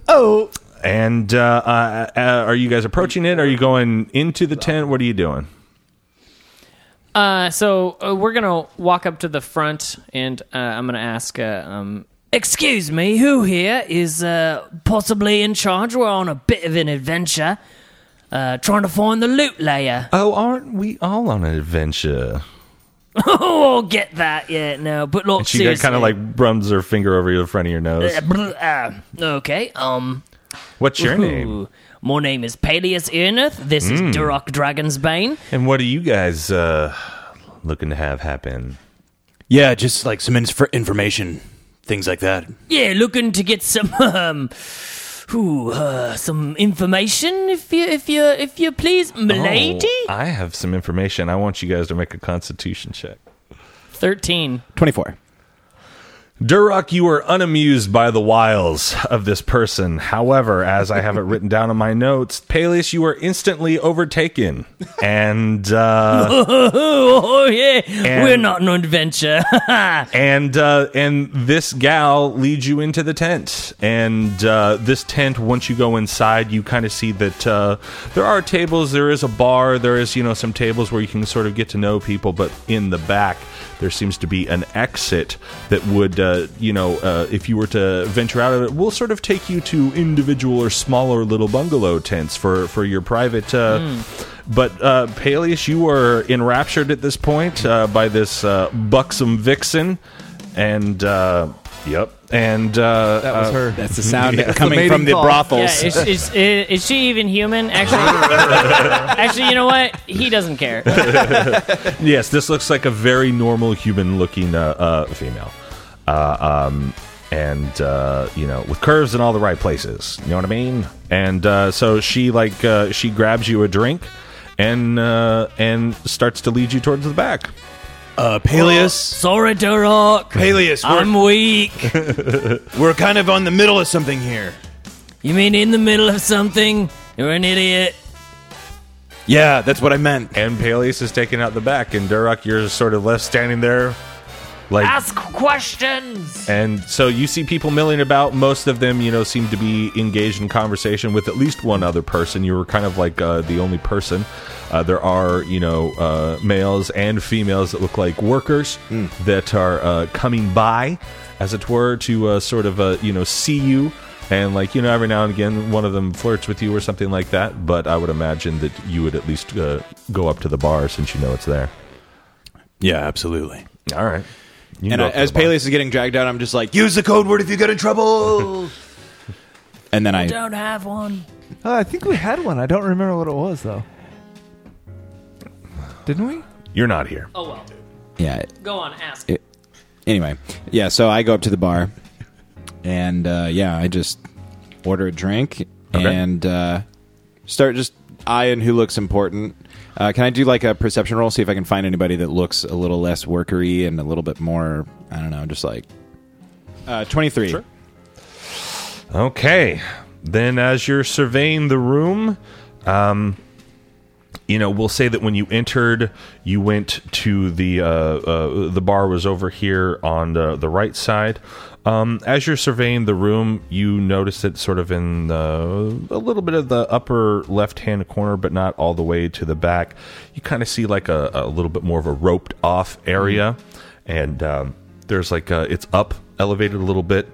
C: Oh.
A: and uh, uh, uh, are you guys approaching it? Are you going into the tent? What are you doing?
I: Uh, so uh, we're gonna walk up to the front, and uh, I'm gonna ask. Uh, um,
D: Excuse me, who here is uh, possibly in charge? We're on a bit of an adventure uh, trying to find the loot layer.
A: Oh, aren't we all on an adventure?
D: Oh, I'll get that, yeah, no, but look,
A: She
D: seriously.
A: kind of like runs her finger over the front of your nose.
D: Uh, bl- uh, okay, um.
A: What's your name? Hmm.
D: ooh, My name is Peleus Irneth. This is Durok Dragonsbane.
A: And what are you guys uh, looking to have happen?
F: yeah, just like some inf- information, things like that.
D: Yeah, looking to get some um, ooh, uh, some information, if you if you if you please, milady.
A: Oh, I have some information. I want you guys to make a constitution check.
I: Thirteen.
F: Twenty-four.
A: Durock, you are unamused by the wiles of this person. However, as I have it written down in my notes, Peleus, you are instantly overtaken. And uh,
D: Oh, yeah,
A: And-
D: we're not an adventure.
A: and uh, and this gal leads you into the tent. And uh, this tent, once you go inside, you kind of see that uh, there are tables, there is a bar, there is you know some tables where you can sort of get to know people. But in the back, there seems to be an exit that would uh, you know uh, if you were to venture out of it, will sort of take you to individual or smaller little bungalow tents for for your private. Uh, but uh, Peleus, you were enraptured at this point uh, by this uh, buxom vixen, and uh, yep, and uh,
C: That was
A: uh,
C: her.
F: That's the sound
C: The
F: coming
C: mating
F: from the
C: call.
I: Yeah,
F: brothels.
I: is, is, is, is she even human? Actually, actually, you know what? He doesn't care.
A: yes, this looks like a very normal human-looking uh, uh, female, uh, um, and uh, you know, with curves in all the right places. You know what I mean? And uh, so she like uh, she grabs you a drink. And uh, and starts to lead you towards the back.
E: Uh, Peleus.
D: Sorry, Durok.
E: Peleus, we're,
D: I'm weak.
E: we're kind of on the middle of something here.
D: You mean in the middle of something? You're an idiot.
E: Yeah, that's what I meant.
A: And Peleus is taken out the back, and Duroc, you're sort of left standing there, like
D: Ask questions.
A: And so you see people milling about. Most of them, you know, seem to be engaged in conversation with at least one other person. You were kind of like uh, the only person. Uh, there are, you know, uh, males and females that look like workers
E: Hmm.
A: that are uh, coming by, as it were, to uh, sort of, uh, you know, see you. And like you know, every now and again, one of them flirts with you or something like that. But I would imagine that you would at least uh, go up to the bar since you know it's there.
F: Yeah, absolutely.
A: All right. You can
E: And
A: go
E: I,
A: up to
E: as
A: the bar.
E: Peleus is getting dragged out, I'm just like, use the code word if you get in trouble.
F: and then I
J: Don't have one.
C: Oh, I think we had one. I don't remember what it was though. Didn't we?
A: You're not here.
D: Oh well.
F: yeah.
D: Go on, ask.
F: It- Anyway, yeah. So I go up to the bar, and uh, yeah, I just order a drink
A: Okay.
F: and uh, start just eyeing who looks important. Uh, can I do like a perception roll? See if I can find anybody that looks a little less workery and a little bit more. I don't know, just like uh, twenty three.
A: Okay. Then, as you're surveying the room, um, you know, we'll say that when you entered, you went to the uh, uh, the bar was over here on the the right side. Um, as you're surveying the room, you notice it sort of in the, a little bit of the upper left hand corner, but not all the way to the back. You kind of see like a, a little bit more of a roped off area, and um, there's like a, it's up elevated a little bit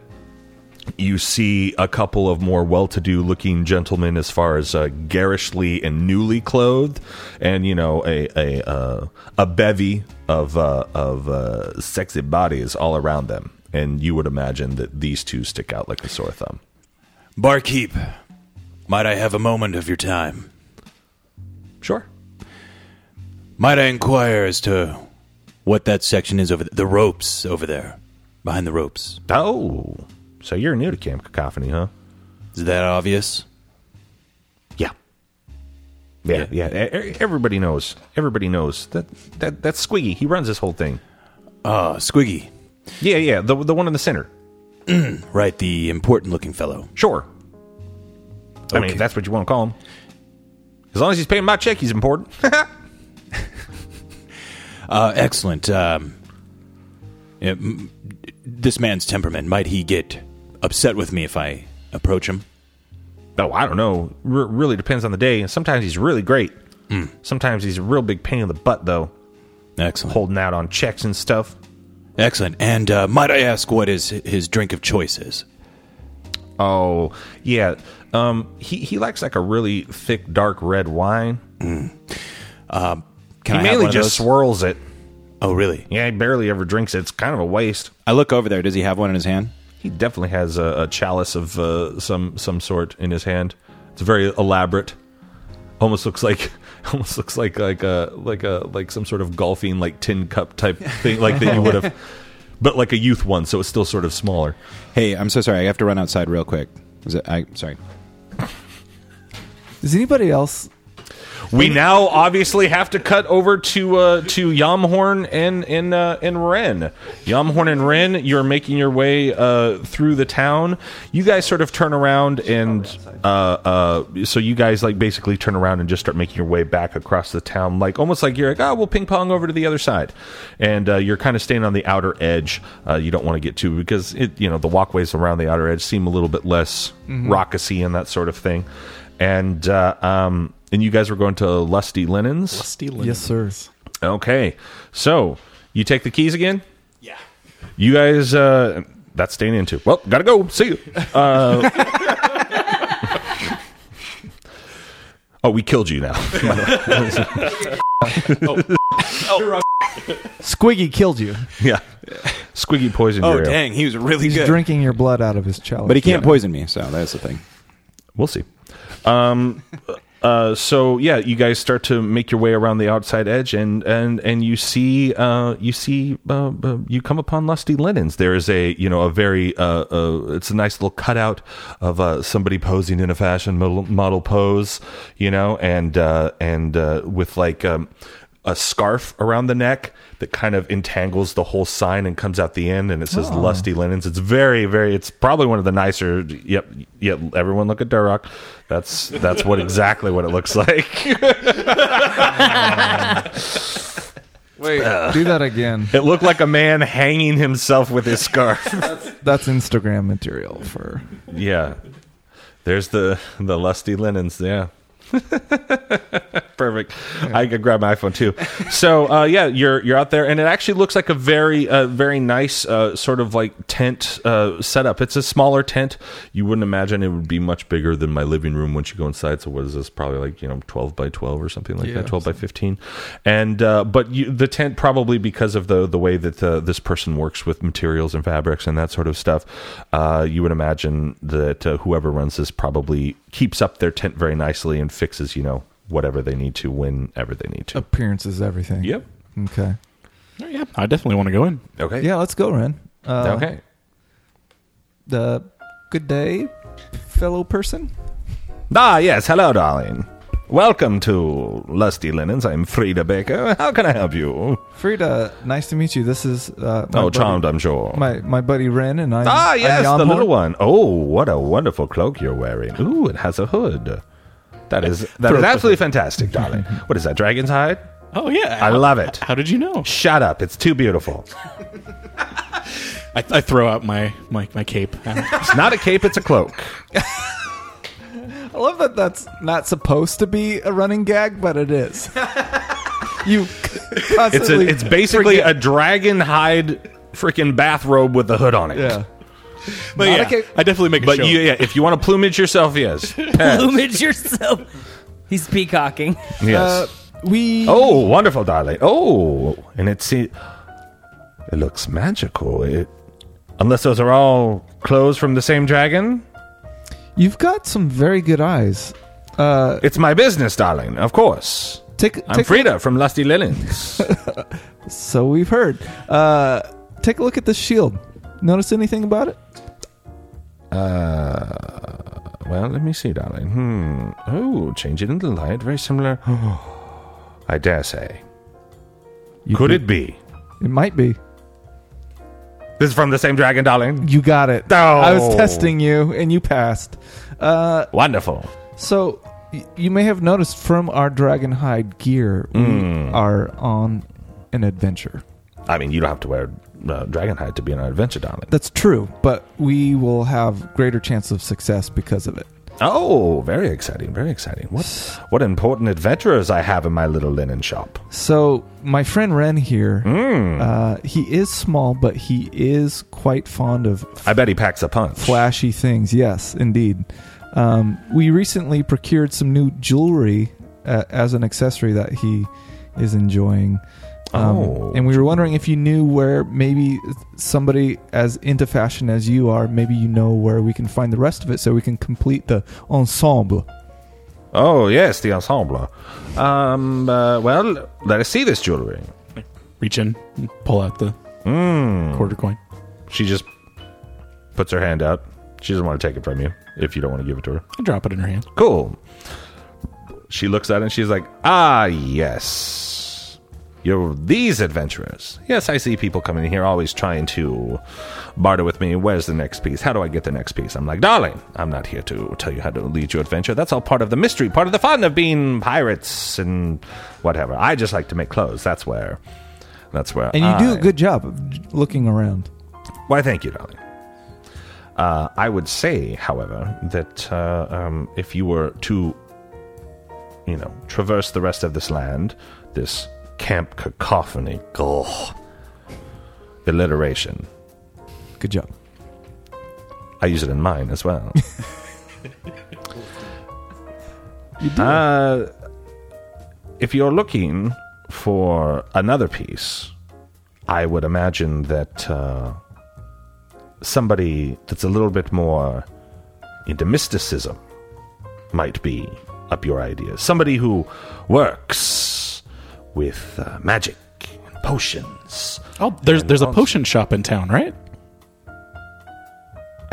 A: you see a couple of more well-to-do looking gentlemen as far as uh, garishly and newly clothed and you know a a uh, a bevy of uh, of uh, sexy bodies all around them and you would imagine that these two stick out like a sore thumb
F: Barkeep, might I have a moment of your time?
A: sure
F: Might I inquire as to what that section is over th- the ropes over there, behind the ropes?
A: oh so you're new to camp cacophony huh
F: Is that obvious?
A: yeah yeah yeah E- e- everybody knows everybody knows that that that's squiggy he runs this whole thing
F: Ah, Squiggy,
A: yeah yeah the, the one in the center
F: right? The important-looking fellow.
A: Sure. I mean,
F: Okay.
A: if that's what you want to call him. As long as he's paying my check, he's important.
F: Uh, excellent. Um, yeah, m- this man's temperament. Might he get upset with me if I approach him?
A: oh, I don't know. R- really depends on the day. And sometimes he's really great. Sometimes he's a real big pain in the butt, though,
F: Excellent.
A: holding out on checks and stuff.
F: Excellent. And uh, might I ask what his his drink of choice is?
A: Oh, yeah. Um, he he likes like a really thick, dark red wine.
F: Can
A: he
F: I have
A: mainly
F: one of
A: just
F: those?
A: swirls it.
F: oh, really?
A: Yeah, he barely ever drinks it. It's kind of a waste.
F: I look over there. Does he have one in his hand?
A: He definitely has a, a chalice of uh, some some sort in his hand. It's very elaborate. Almost looks like almost looks like like a like a like some sort of golfing like tin cup type thing like that you would have, but like a youth one, so it's still sort of smaller.
F: Hey, I'm so sorry. I have to run outside real quick. Is it, I sorry.
C: Does anybody else?
A: We now obviously have to cut over to uh, to Yamhorn and and uh, and Ren. Yamhorn and Ren, you're making your way uh, through the town. You guys sort of turn around and uh, uh, so you guys like basically turn around and just start making your way back across the town, like almost like you're like, oh, we'll ping pong over to the other side, and uh, you're kind of staying on the outer edge. Uh, you don't want to get too because it you know the walkways around the outer edge seem a little bit less raucousy and that sort of thing, and. Uh, um, and you guys were going to Lusty Linens.
G: Stealing.
C: Yes, sir.
A: Okay, so you take the keys again. Yeah. You guys, uh, that's staying into. Well, gotta go. See you. Uh, oh, we killed you now.
C: Squiggy killed you.
A: yeah. Squiggy poisoned your ale.
F: Oh, he was really
C: He's drinking your blood out of his chalice.
F: But he can't poison me, so that's the thing.
A: We'll see. Um, uh, so yeah, you guys start to make your way around the outside edge, and and and you see, uh, you see, uh, uh, you come upon Lusty Linens. There is a you know a very uh, uh, it's a nice little cutout of uh, somebody posing in a fashion model, model pose, you know, and uh, and uh, with like. Um, a scarf around the neck that kind of entangles the whole sign and comes out the end and it says lusty linens it's very very it's probably one of the nicer yep yep everyone look at duroc that's that's what exactly what it looks like
C: Wait, do that again.
A: it looked like a man hanging himself with his scarf
C: That's Instagram material for.
A: yeah there's the the lusty linens yeah Perfect. I could grab my iPhone too. So uh, yeah, you're you're out there, and it actually looks like a very uh, very nice uh, sort of like tent uh, setup. It's a smaller tent. You wouldn't imagine it would be much bigger than my living room once you go inside. So what is this? Probably like you know twelve by twelve or something like that, twelve by fifteen. And uh, but you, the tent probably because of the the way that the, this person works with materials and fabrics and that sort of stuff, uh, you would imagine that uh, whoever runs this probably keeps up their tent very nicely and fixes you know whatever they need to whenever they need to.
C: Appearance is everything.
A: Yep.
C: Okay.
G: Oh, yeah, I definitely want to go in.
A: Okay.
C: Yeah, let's go, Ren. Uh,
A: Okay.
C: Uh, good day, fellow person.
A: Ah, yes. Hello, darling. Welcome to Lusty Linens. I'm Frida Baker. How can I help you?
C: Frida, uh, nice to meet you. This is uh, my
A: oh,
C: buddy-
A: charmed, I'm sure.
C: My my buddy Ren and I.
A: ah, yes, the little one. Oh, what a wonderful cloak you're wearing. Ooh, it has a hood. That is that is absolutely fantastic, darling. What is that? Dragon's hide?
G: Oh yeah,
A: I love it.
G: How did you know?
A: Shut up. It's too beautiful.
G: I, I throw out my my, my cape.
A: It's not a cape, it's a cloak.
C: I love that. That's not supposed to be a running gag, but it is. you constantly.
A: It's a, it's basically a dragon hide freaking bathrobe with a hood on it.
C: yeah. Not
G: but
C: a
G: yeah,
C: cape.
G: I definitely make a
A: But
G: show.
A: you, yeah, if you want to plumage yourself, yes.
D: Uh,
I: Plumage yourself. He's peacocking.
A: Yes.
C: Uh, we.
A: Oh, wonderful, darling. Oh, and it see, it looks magical. It, unless those are all clothes from the same dragon.
C: You've got some very good eyes. Uh,
A: It's my business, darling. Of course.
C: take
A: I'm
C: take
A: Frida from Lusty Linens.
C: So we've heard. Uh, take a look at this shield. Notice anything about it?
A: well, let me see, darling. Hmm. Oh, change it in the light. Very similar. I dare say. Could it be?
C: It might be.
A: This is from the same dragon, darling.
C: You got it.
A: No.
C: I was testing you, and you passed. Uh,
A: Wonderful.
C: so y- you may have noticed from our dragon hide gear, we are on an adventure.
A: I mean, you don't have to wear uh, dragon hide to be on an adventure, darling.
C: That's true, but we will have greater chance of success because of it.
A: Oh, very exciting, very exciting. What what important adventurers I have in my little linen shop.
C: So my friend Ren here, uh, he is small, but he is quite fond of
A: I bet he packs a punch.
C: flashy things. Yes, indeed. Um, we recently procured some new jewelry uh, as an accessory that he is enjoying. Um,
A: Oh.
C: And we were wondering if you knew where maybe somebody as into fashion as you are, maybe you know where we can find the rest of it so we can complete the ensemble.
A: Oh, yes, the ensemble. Um, uh, well, let us see this jewelry.
G: reach in, and pull out the
A: Mm.
G: quarter coin.
A: She just puts her hand out. She doesn't want to take it from you if you don't want to give it to her.
G: I drop it in her hand.
A: Cool. She looks at it and she's like, Ah, yes. You're these adventurers. Yes, I see people coming here always trying to barter with me. Where's the next piece? How do I get the next piece? I'm like, Darling, I'm not here to tell you how to lead your adventure. That's all part of the mystery, part of the fun of being pirates and whatever. I just like to make clothes. That's where. That's where.
C: And you
A: I
C: do a good job of looking around.
A: why, thank you, darling. Uh, I would say, however, that uh, um, if you were to, you know, traverse the rest of this land, this camp cacophony, ugh, alliteration,
C: Good job.
A: I use it in mine as well. Uh, if you're looking for another piece, I would imagine that uh, somebody that's a little bit more into mysticism might be up your ideas. Somebody who works with uh, magic and potions.
G: Oh, there's there's a potion shop in town, right?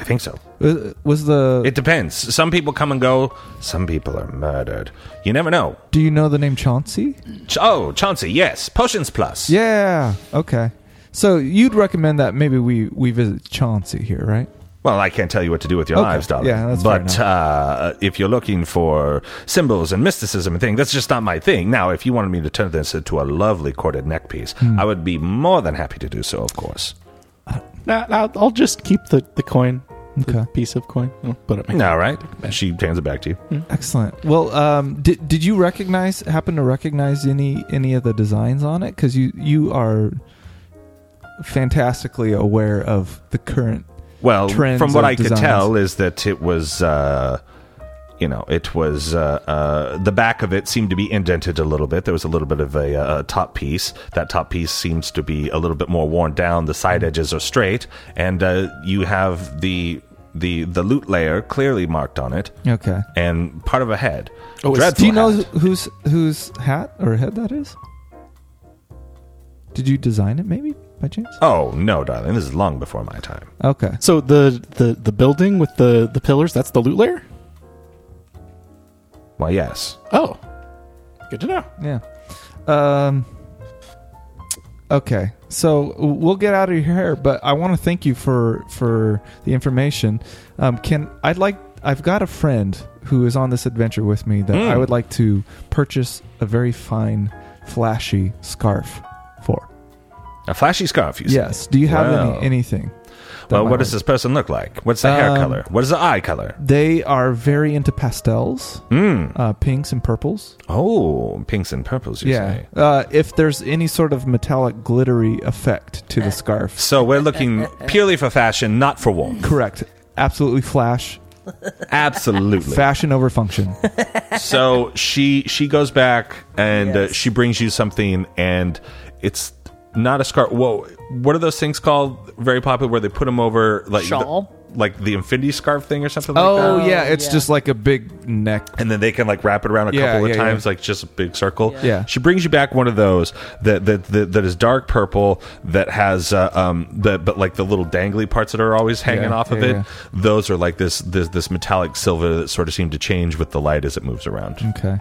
A: I think so.
C: Uh, Was the
A: It depends. Some people come and go. Some people are murdered. You never know.
C: do you know the name Chauncey?
A: Ch- oh, Chauncey, yes. Potions Plus.
C: Yeah. Okay. So you'd recommend that maybe we we visit Chauncey here, right?
A: Well, I can't tell you what to do with your
C: Okay.
A: lives, darling.
C: Yeah, that's fair
A: but uh, if you're looking for symbols and mysticism and things, that's just not my thing. Now, if you wanted me to turn this into a lovely corded neck piece,
C: Hmm.
A: I would be more than happy to do so, of course.
G: Nah, I'll, I'll just keep the, the coin. the
C: Okay.
G: piece of coin. I'll put it in my
A: All right. She hands it back to you.
C: Excellent. Well, um, did did you recognize happen to recognize any any of the designs on it? Because you you are fantastically aware of the current.
A: Well,
C: Trends
A: from what
C: of
A: I could
C: designs.
A: tell, is that it was, uh, you know, it was uh, uh, the back of it seemed to be indented a little bit. There was a little bit of a uh, top piece. That top piece seems to be a little bit more worn down. The
C: Mm.
A: side edges are straight, and uh, you have the the the loot layer clearly marked on it,
C: Okay.
A: and part of a head. Oh,
C: Do you know whose whose hat or head that is? Did you design it maybe by chance?
A: Oh no, darling! This is long before my time.
C: Okay.
G: So the, the the building with the the pillars, that's the loot layer.
A: Why, yes.
G: Oh, good to know.
C: Yeah. Um. Okay, so we'll get out of here, but I want to thank you for for the information. Um, can I'd like I've got a friend who is on this adventure with me that
A: Hmm.
C: I would like to purchase a very fine, flashy scarf for.
A: A flashy scarf. You say?
C: Yes. Do you have
A: Wow.
C: any anything? that
A: Well,
C: might
A: what does
C: work?
A: this person look like? What's the hair
C: Um,
A: color? What is the eye color?
C: They are very into pastels,
A: Mm.
C: uh, pinks and purples.
A: Oh, pinks and purples, you
C: yeah.
A: say.
C: Uh, if there's any sort of metallic glittery effect to the scarf,
A: So we're looking purely for fashion, not for warmth.
C: correct. Absolutely flash.
A: Absolutely.
C: Fashion over function.
A: so she she goes back and uh, she brings you something, and it's not a scarf. Whoa, what are those things called? Very popular, where they put them over like
D: Shawl?
A: the, like the infinity scarf thing or something like that.
C: Oh yeah, it's
D: yeah.
C: just like a big neck.
A: and then they can like wrap it around a
C: Yeah,
A: couple of
C: yeah,
A: times,
C: yeah.
A: like just a big circle.
C: Yeah.
A: She brings you back one of those that that that, that is dark purple that has uh, um the but like the little dangly parts that are always hanging
C: Yeah,
A: off of
C: yeah,
A: it.
C: yeah.
A: Those are like this this this metallic silver that sort of seem to change with the light as it moves around.
C: Okay.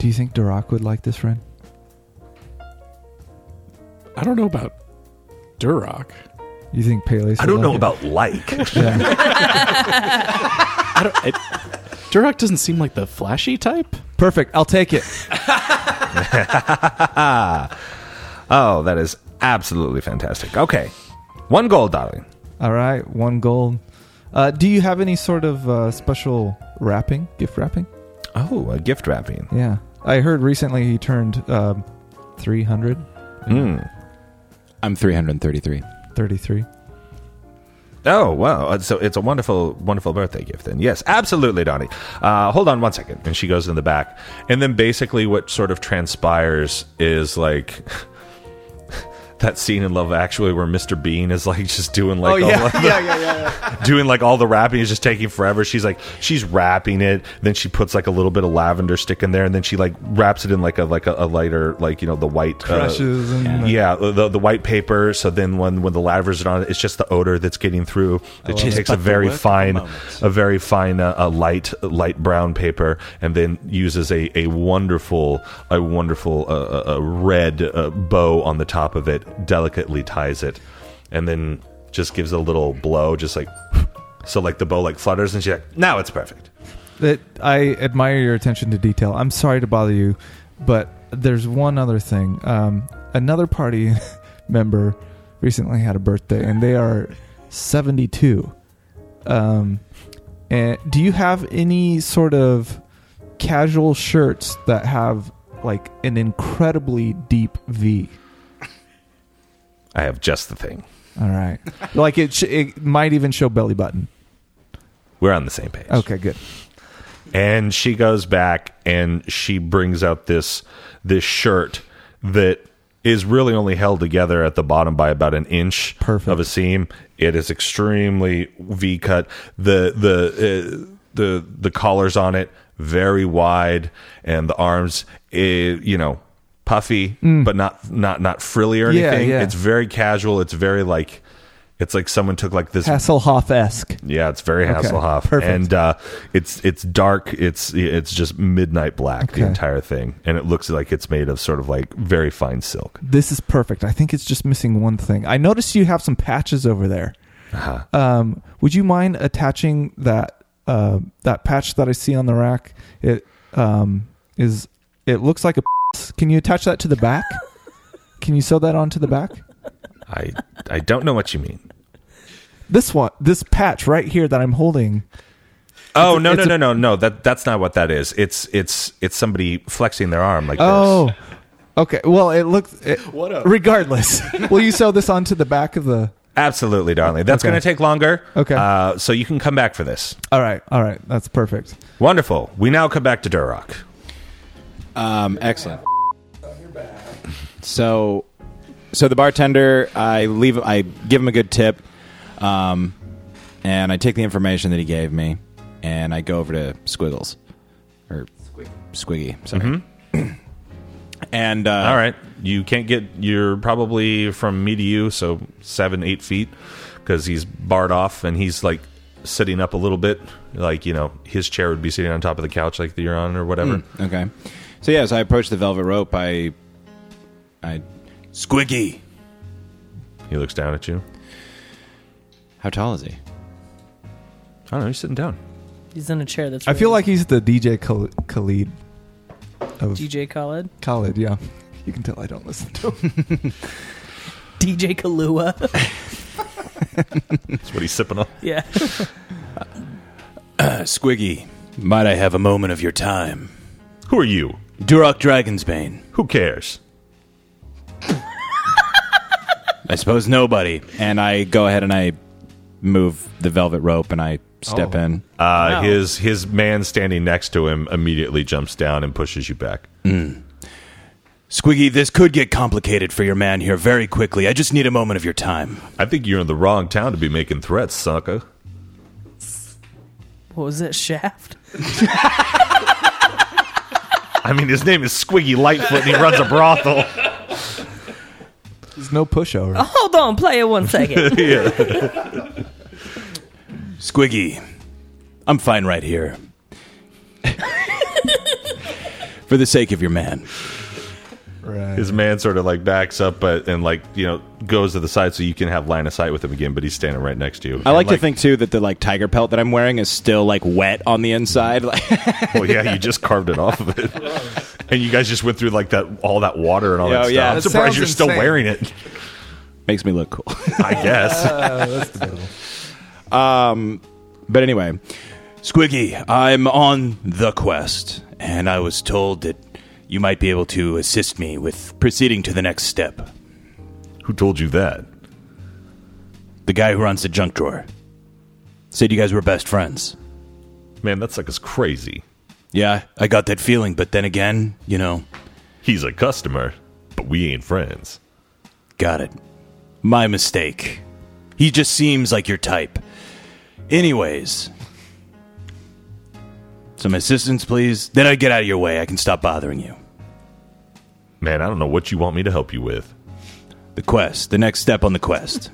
C: Do you think Durak would like this, Ren?
G: I don't know about Duroc.
C: You think Peleus?
A: I
C: would
A: don't know
C: like
A: about like.
C: It? Yeah.
G: I don't. I, Duroc doesn't seem like the flashy type.
C: Perfect. I'll take it.
A: oh, that is absolutely fantastic. Okay, one gold, darling.
C: All right, one gold. Uh, do you have any sort of uh, special wrapping, gift wrapping?
A: Oh, a gift wrapping.
C: Yeah, I heard recently he turned um, three hundred
A: Hmm.
F: I'm 333.
C: thirty-three.
A: Oh wow! Uh, So it's a wonderful, wonderful birthday gift. Then yes, absolutely, Donnie. Uh, hold on one second, and she goes in the back, and then basically what sort of transpires is like that scene in Love Actually where Mr. Bean is like just doing like all the, doing like all the wrapping is just taking forever. She's like she's wrapping it, then she puts like a little bit of lavender stick in there, and then she like wraps it in like a like a, a lighter like you know the white uh,
C: Brushes and
A: yeah, the the white paper. So then when when the lathers are on, it, it's just the odor that's getting through. It takes a very fine, a very fine uh, a light light brown paper, and then uses a a wonderful a wonderful uh, uh, uh, red uh, bow on the top of it. Delicately ties it, and then just gives it a little blow, just like so, like the bow like flutters, and she's like, now it's perfect.
C: That I admire your attention to detail. I'm sorry to bother you, but there's one other thing. Um, another party member recently had a birthday, and they are 72. Um, and do you have any sort of casual shirts that have like an incredibly deep V?
A: I have just the thing.
C: All right, like it. Sh- it might even show belly button.
A: We're on the same page.
C: Okay, good.
A: and she goes back and she brings out this this shirt that is really only held together at the bottom by about an inch
C: Perfect.
A: of a seam. It is extremely V cut. The the uh, the the collars on it very wide, and the arms, eh, you know, puffy, but not not not frilly or
C: Mm. Yeah,
A: anything.
C: yeah.
A: It's very casual. It's very like it's like someone took like this
C: Hasselhoff esque.
A: yeah, it's very
C: Okay,
A: Hasselhoff,
C: perfect.
A: and uh, it's it's dark. It's it's just midnight black the
C: Okay.
A: entire thing, and it looks like it's made of sort of like very fine silk.
C: This is perfect. I think it's just missing one thing. I noticed you have some patches over there. Um, would you mind attaching that uh, that patch that I see on the rack? It um, is. It looks like a. Can you attach that to the back? Can you sew that onto the back?
A: I I don't know what you mean.
C: This one, this patch right here that I'm holding.
A: Oh no no
C: it's
A: no
C: a-
A: no no that that's not what that is. It's it's it's somebody flexing their arm like
C: Oh, okay. Well, it looks. It, what Regardless, will you sew this onto the back of the?
A: this. Absolutely, darling. That's
C: Okay.
A: going to take longer.
C: Okay.
A: Uh, so you can come back for this.
C: All right, all right. That's perfect.
A: Wonderful. We now come back to Duroc.
F: Um, excellent. So, so the bartender, I leave, I give him a good tip, um, and I take the information that he gave me, and I go over to Squiggles, or Squiggy, sorry. and uh,
A: All right. You can't get. You're probably from me to you, so seven, eight feet, because he's barred off and he's like sitting up a little bit. Like you know, his chair would be sitting on top of the couch, like you're on or whatever.
F: Okay. So yeah, as I approach the velvet rope, I, I, Squiggy.
A: He looks down at you.
F: How tall is he?
A: I don't know. He's sitting down.
D: He's in a chair that's.
C: I feel
D: raised.
C: like he's the DJ Khal- Khalid of
D: DJ Khaled,
C: Khalid. Yeah, you can tell I don't listen to him.
D: DJ Kalua.
A: That's what he's sipping on.
D: yeah.
F: Uh, Squiggy, might I have a moment of your time?
A: Who are you?
F: Durok Dragonsbane.
A: Who cares?
F: I suppose nobody. And I go ahead and I move the velvet rope and I step in.
A: Uh, His his man standing next to him immediately jumps down and pushes you back.
F: Squiggy, this could get complicated for your man here very quickly. I just need a moment of your time.
A: I think you're in the wrong town to be making threats, sucker.
D: What was that shaft?
A: I mean, his name is Squiggy Lightfoot, and he runs a brothel.
C: There's no pushover.
D: Hold on, player, one second.
F: Squiggy, I'm fine right here. for the sake of your man.
A: Oh.
C: Right.
A: His man sort of like backs up, but and like you know goes to the side so you can have line of sight with him again. But he's standing right next to you.
F: I like, to think too that the like tiger pelt that I'm wearing is still like wet on the inside. Like
A: Well, oh, yeah, you just carved it off of it, and you guys just went through like that all that water and all
F: Oh,
A: that
F: yeah.
A: stuff. I'm
F: That
A: surprised
C: sounds
A: you're still
C: insane.
A: wearing it.
F: makes me look cool.
A: I guess.
F: But anyway, Squiggy, I'm on the quest, and I was told that you might be able to assist me with proceeding to the next step.
A: Who told you that?
F: The guy who runs the junk drawer said you guys were best friends.
A: Man, that sucker's crazy.
F: Yeah, I got that feeling, but then again, you know,
A: He's a customer, but we ain't friends.
F: got it. My mistake. He just seems like your type. Anyways, some assistance, please. Then I get out of your way. I can stop bothering you.
A: Man, I don't know what you want me to help you with.
F: The quest, the next step on the quest.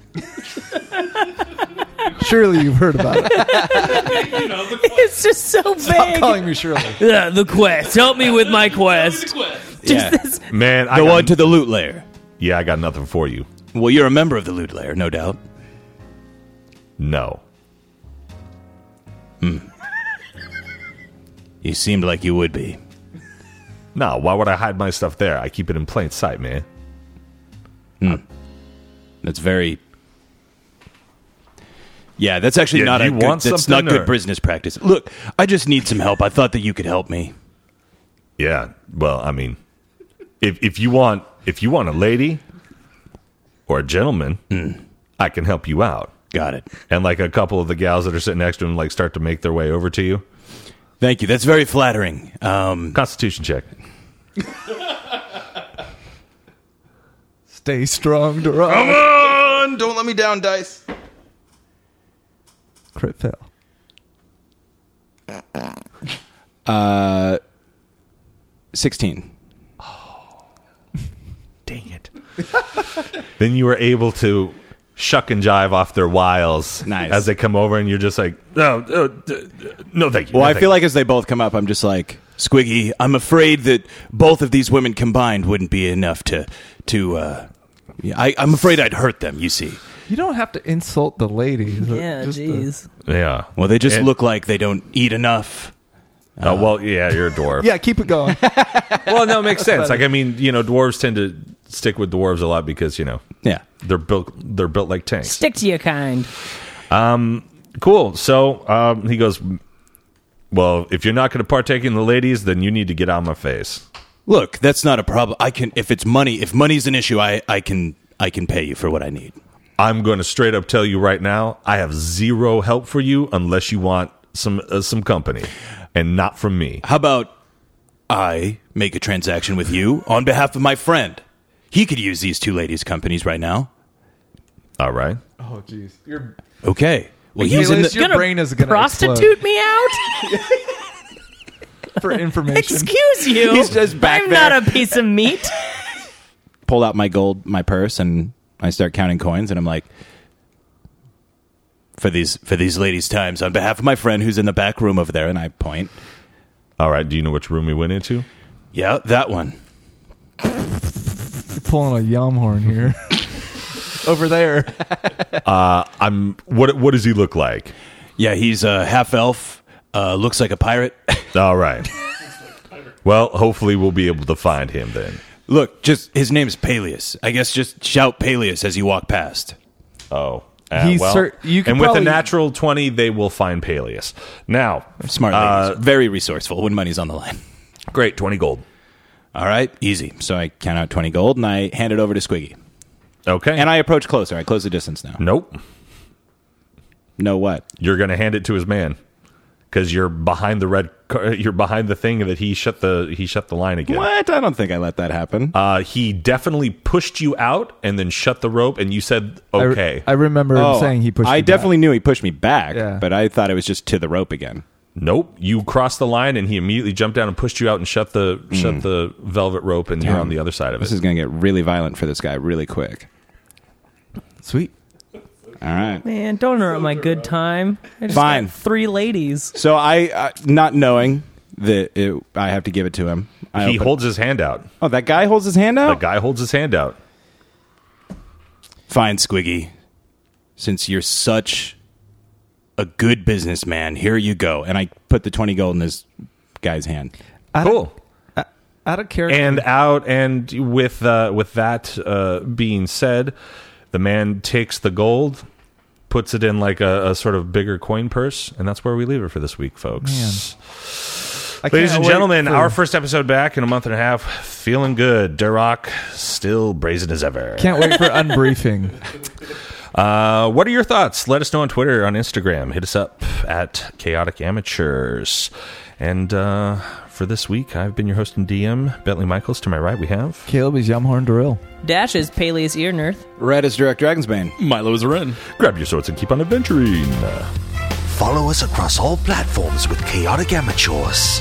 C: Surely you've heard about it.
D: it's just so Uh, vague.
C: Calling me Shirley.
K: Yeah, the quest. Help me with my quest.
F: yeah.
A: Man, I
F: The
A: got-
F: one to the loot layer.
A: yeah, I got nothing for you.
F: Well, you're a member of the loot layer, no doubt.
A: No,
F: You seemed like you would be.
A: no. Why would I hide my stuff there? I keep it in plain sight, man.
F: That's very. Yeah, that's actually
A: Yeah,
F: not
A: do
F: a
A: you
F: good,
A: want
F: that's
A: something,
F: not
A: or-
F: good business practice. Look, I just need some help. I thought that you could help me.
A: Yeah. Well, I mean, if if you want if you want a lady or a gentleman,
F: Hmm.
A: I can help you out.
F: Got it.
A: And like a couple of the gals that are sitting next to him, like start to make their way over to you.
F: Thank you. That's very flattering. Um,
A: Constitution check.
C: Stay strong, Durant.
E: Don't let me down, dice.
C: Crit fail.
F: sixteen.
A: Dang it. then you were able to shuck and jive off their wiles
F: Nice.
A: as they come over, and you're just like, no, uh, d- d- no, thank you.
F: Well,
A: no,
F: I
A: thank
F: feel
A: you."
F: like as they both come up, I'm just like Squiggy. I'm afraid that both of these women combined wouldn't be enough to to. Uh, yeah, I, I'm afraid I'd hurt them. You see.
C: You don't have to insult the lady.
D: yeah,
C: Just uh, the-
D: jeez.
A: yeah.
F: Well, uh-huh. they just
A: And-
F: look like they don't eat enough.
A: Uh, well, yeah, you're a dwarf.
C: yeah, keep it going.
A: Well, no, it makes sense. Like, I mean, you know, dwarves tend to stick with dwarves a lot because you know
F: Yeah.
A: they're built they're built like tanks.
D: Stick to your kind.
A: Cool. So um, he goes, Well, if you're not going to partake in the ladies, then you need to get out of my face.
F: Look, that's not a problem. I can if it's money. If money's an issue, I I can I can pay you for what I need.
A: I'm going to straight up tell you right now, I have zero help for you unless you want some uh, some company, and not from me.
F: How about I make a transaction with you on behalf of my friend? He could use these two ladies' companies right now.
A: All right.
C: Oh, jeez. Your,
F: Okay. Well, he's in
C: Nicholas,
F: the.
C: your brain is going to
D: prostitute me out?
C: for information.
D: Excuse you.
F: He's just back
D: I'm
F: there.
D: not a piece of meat.
L: pull out my gold, my purse, and I start counting coins, and I'm like,
F: For these for these ladies' times on behalf of my friend who's in the back room over there, and I point.
A: All right. Do you know which room we went into?
F: Yeah, that one.
C: You're pulling a yum horn here. Over there.
A: I'm. What What does he look like?
F: Yeah, he's a half elf. Uh, looks like a pirate.
A: All right. Well, hopefully we'll be able to find him then.
F: Look, just his name's Peleus. I guess just shout Peleus as you walk past.
A: Oh. Uh,
C: He's
A: well,
C: cer- you could
A: and with
C: probably-
A: a natural 20, they will find Peleus. Now,
F: Smart ladies,
A: Uh,
F: very resourceful when money's on the line.
A: great, 20 gold.
F: All right, easy. So I count out twenty gold and I hand it over to Squiggy.
A: Okay.
L: and I approach closer. I close the distance now.
A: Nope.
L: No, what?
A: You're going to hand it to his man because you're behind the red. car- You're behind the thing that he shut the he shut the line again.
L: What? I don't think I let that happen.
A: Uh, he definitely pushed you out and then shut the rope, and you said,
C: I re-
A: "Okay, Oh,
C: I, remember him saying he pushed
L: Oh, I
C: you back.
L: definitely knew he pushed me back,
C: Yeah.
L: but I thought it was just to the rope again.
A: nope." You crossed the line, and he immediately jumped down and pushed you out and shut the shut the velvet rope, and you're on the other side of
L: Mm. This
A: it.
L: is going to get really violent for this guy really quick.
C: Sweet.
L: All right.
D: Man, don't ruin my good time. I just
L: Fine.
D: got three ladies.
L: So I, uh, not knowing that it, I have to give it to him. I
A: He
L: open-
A: holds his hand out.
L: oh, that guy holds his hand
A: The
L: out?
A: guy holds his hand out.
F: Fine, Squiggy. Since you're such a good businessman, here you go.
L: and I put the 20 gold in this guy's hand.
A: Cool.
C: Out of character.
A: and out and with uh, with that uh, being said the man takes the gold puts it in like a, a sort of bigger coin purse and that's where we leave it for this week folks
C: I
A: ladies
C: can't
A: and
C: wait
A: gentlemen
C: for-
A: our first episode back in a month and a half feeling good durock still brazen as ever
C: Can't wait for unbriefing.
A: uh, what are your thoughts let us know on twitter on instagram hit us up at chaotic amateurs and uh, for this week i've been your host and dm bentley michaels to my right we have
C: Caleb is yum horn drill.
D: Dash is Peleus Earnerth.
L: Red is direct Dragonsbane.
G: Milo is a Ren.
A: grab your swords and keep on adventuring
B: Follow us across all platforms with Chaotic Amateurs.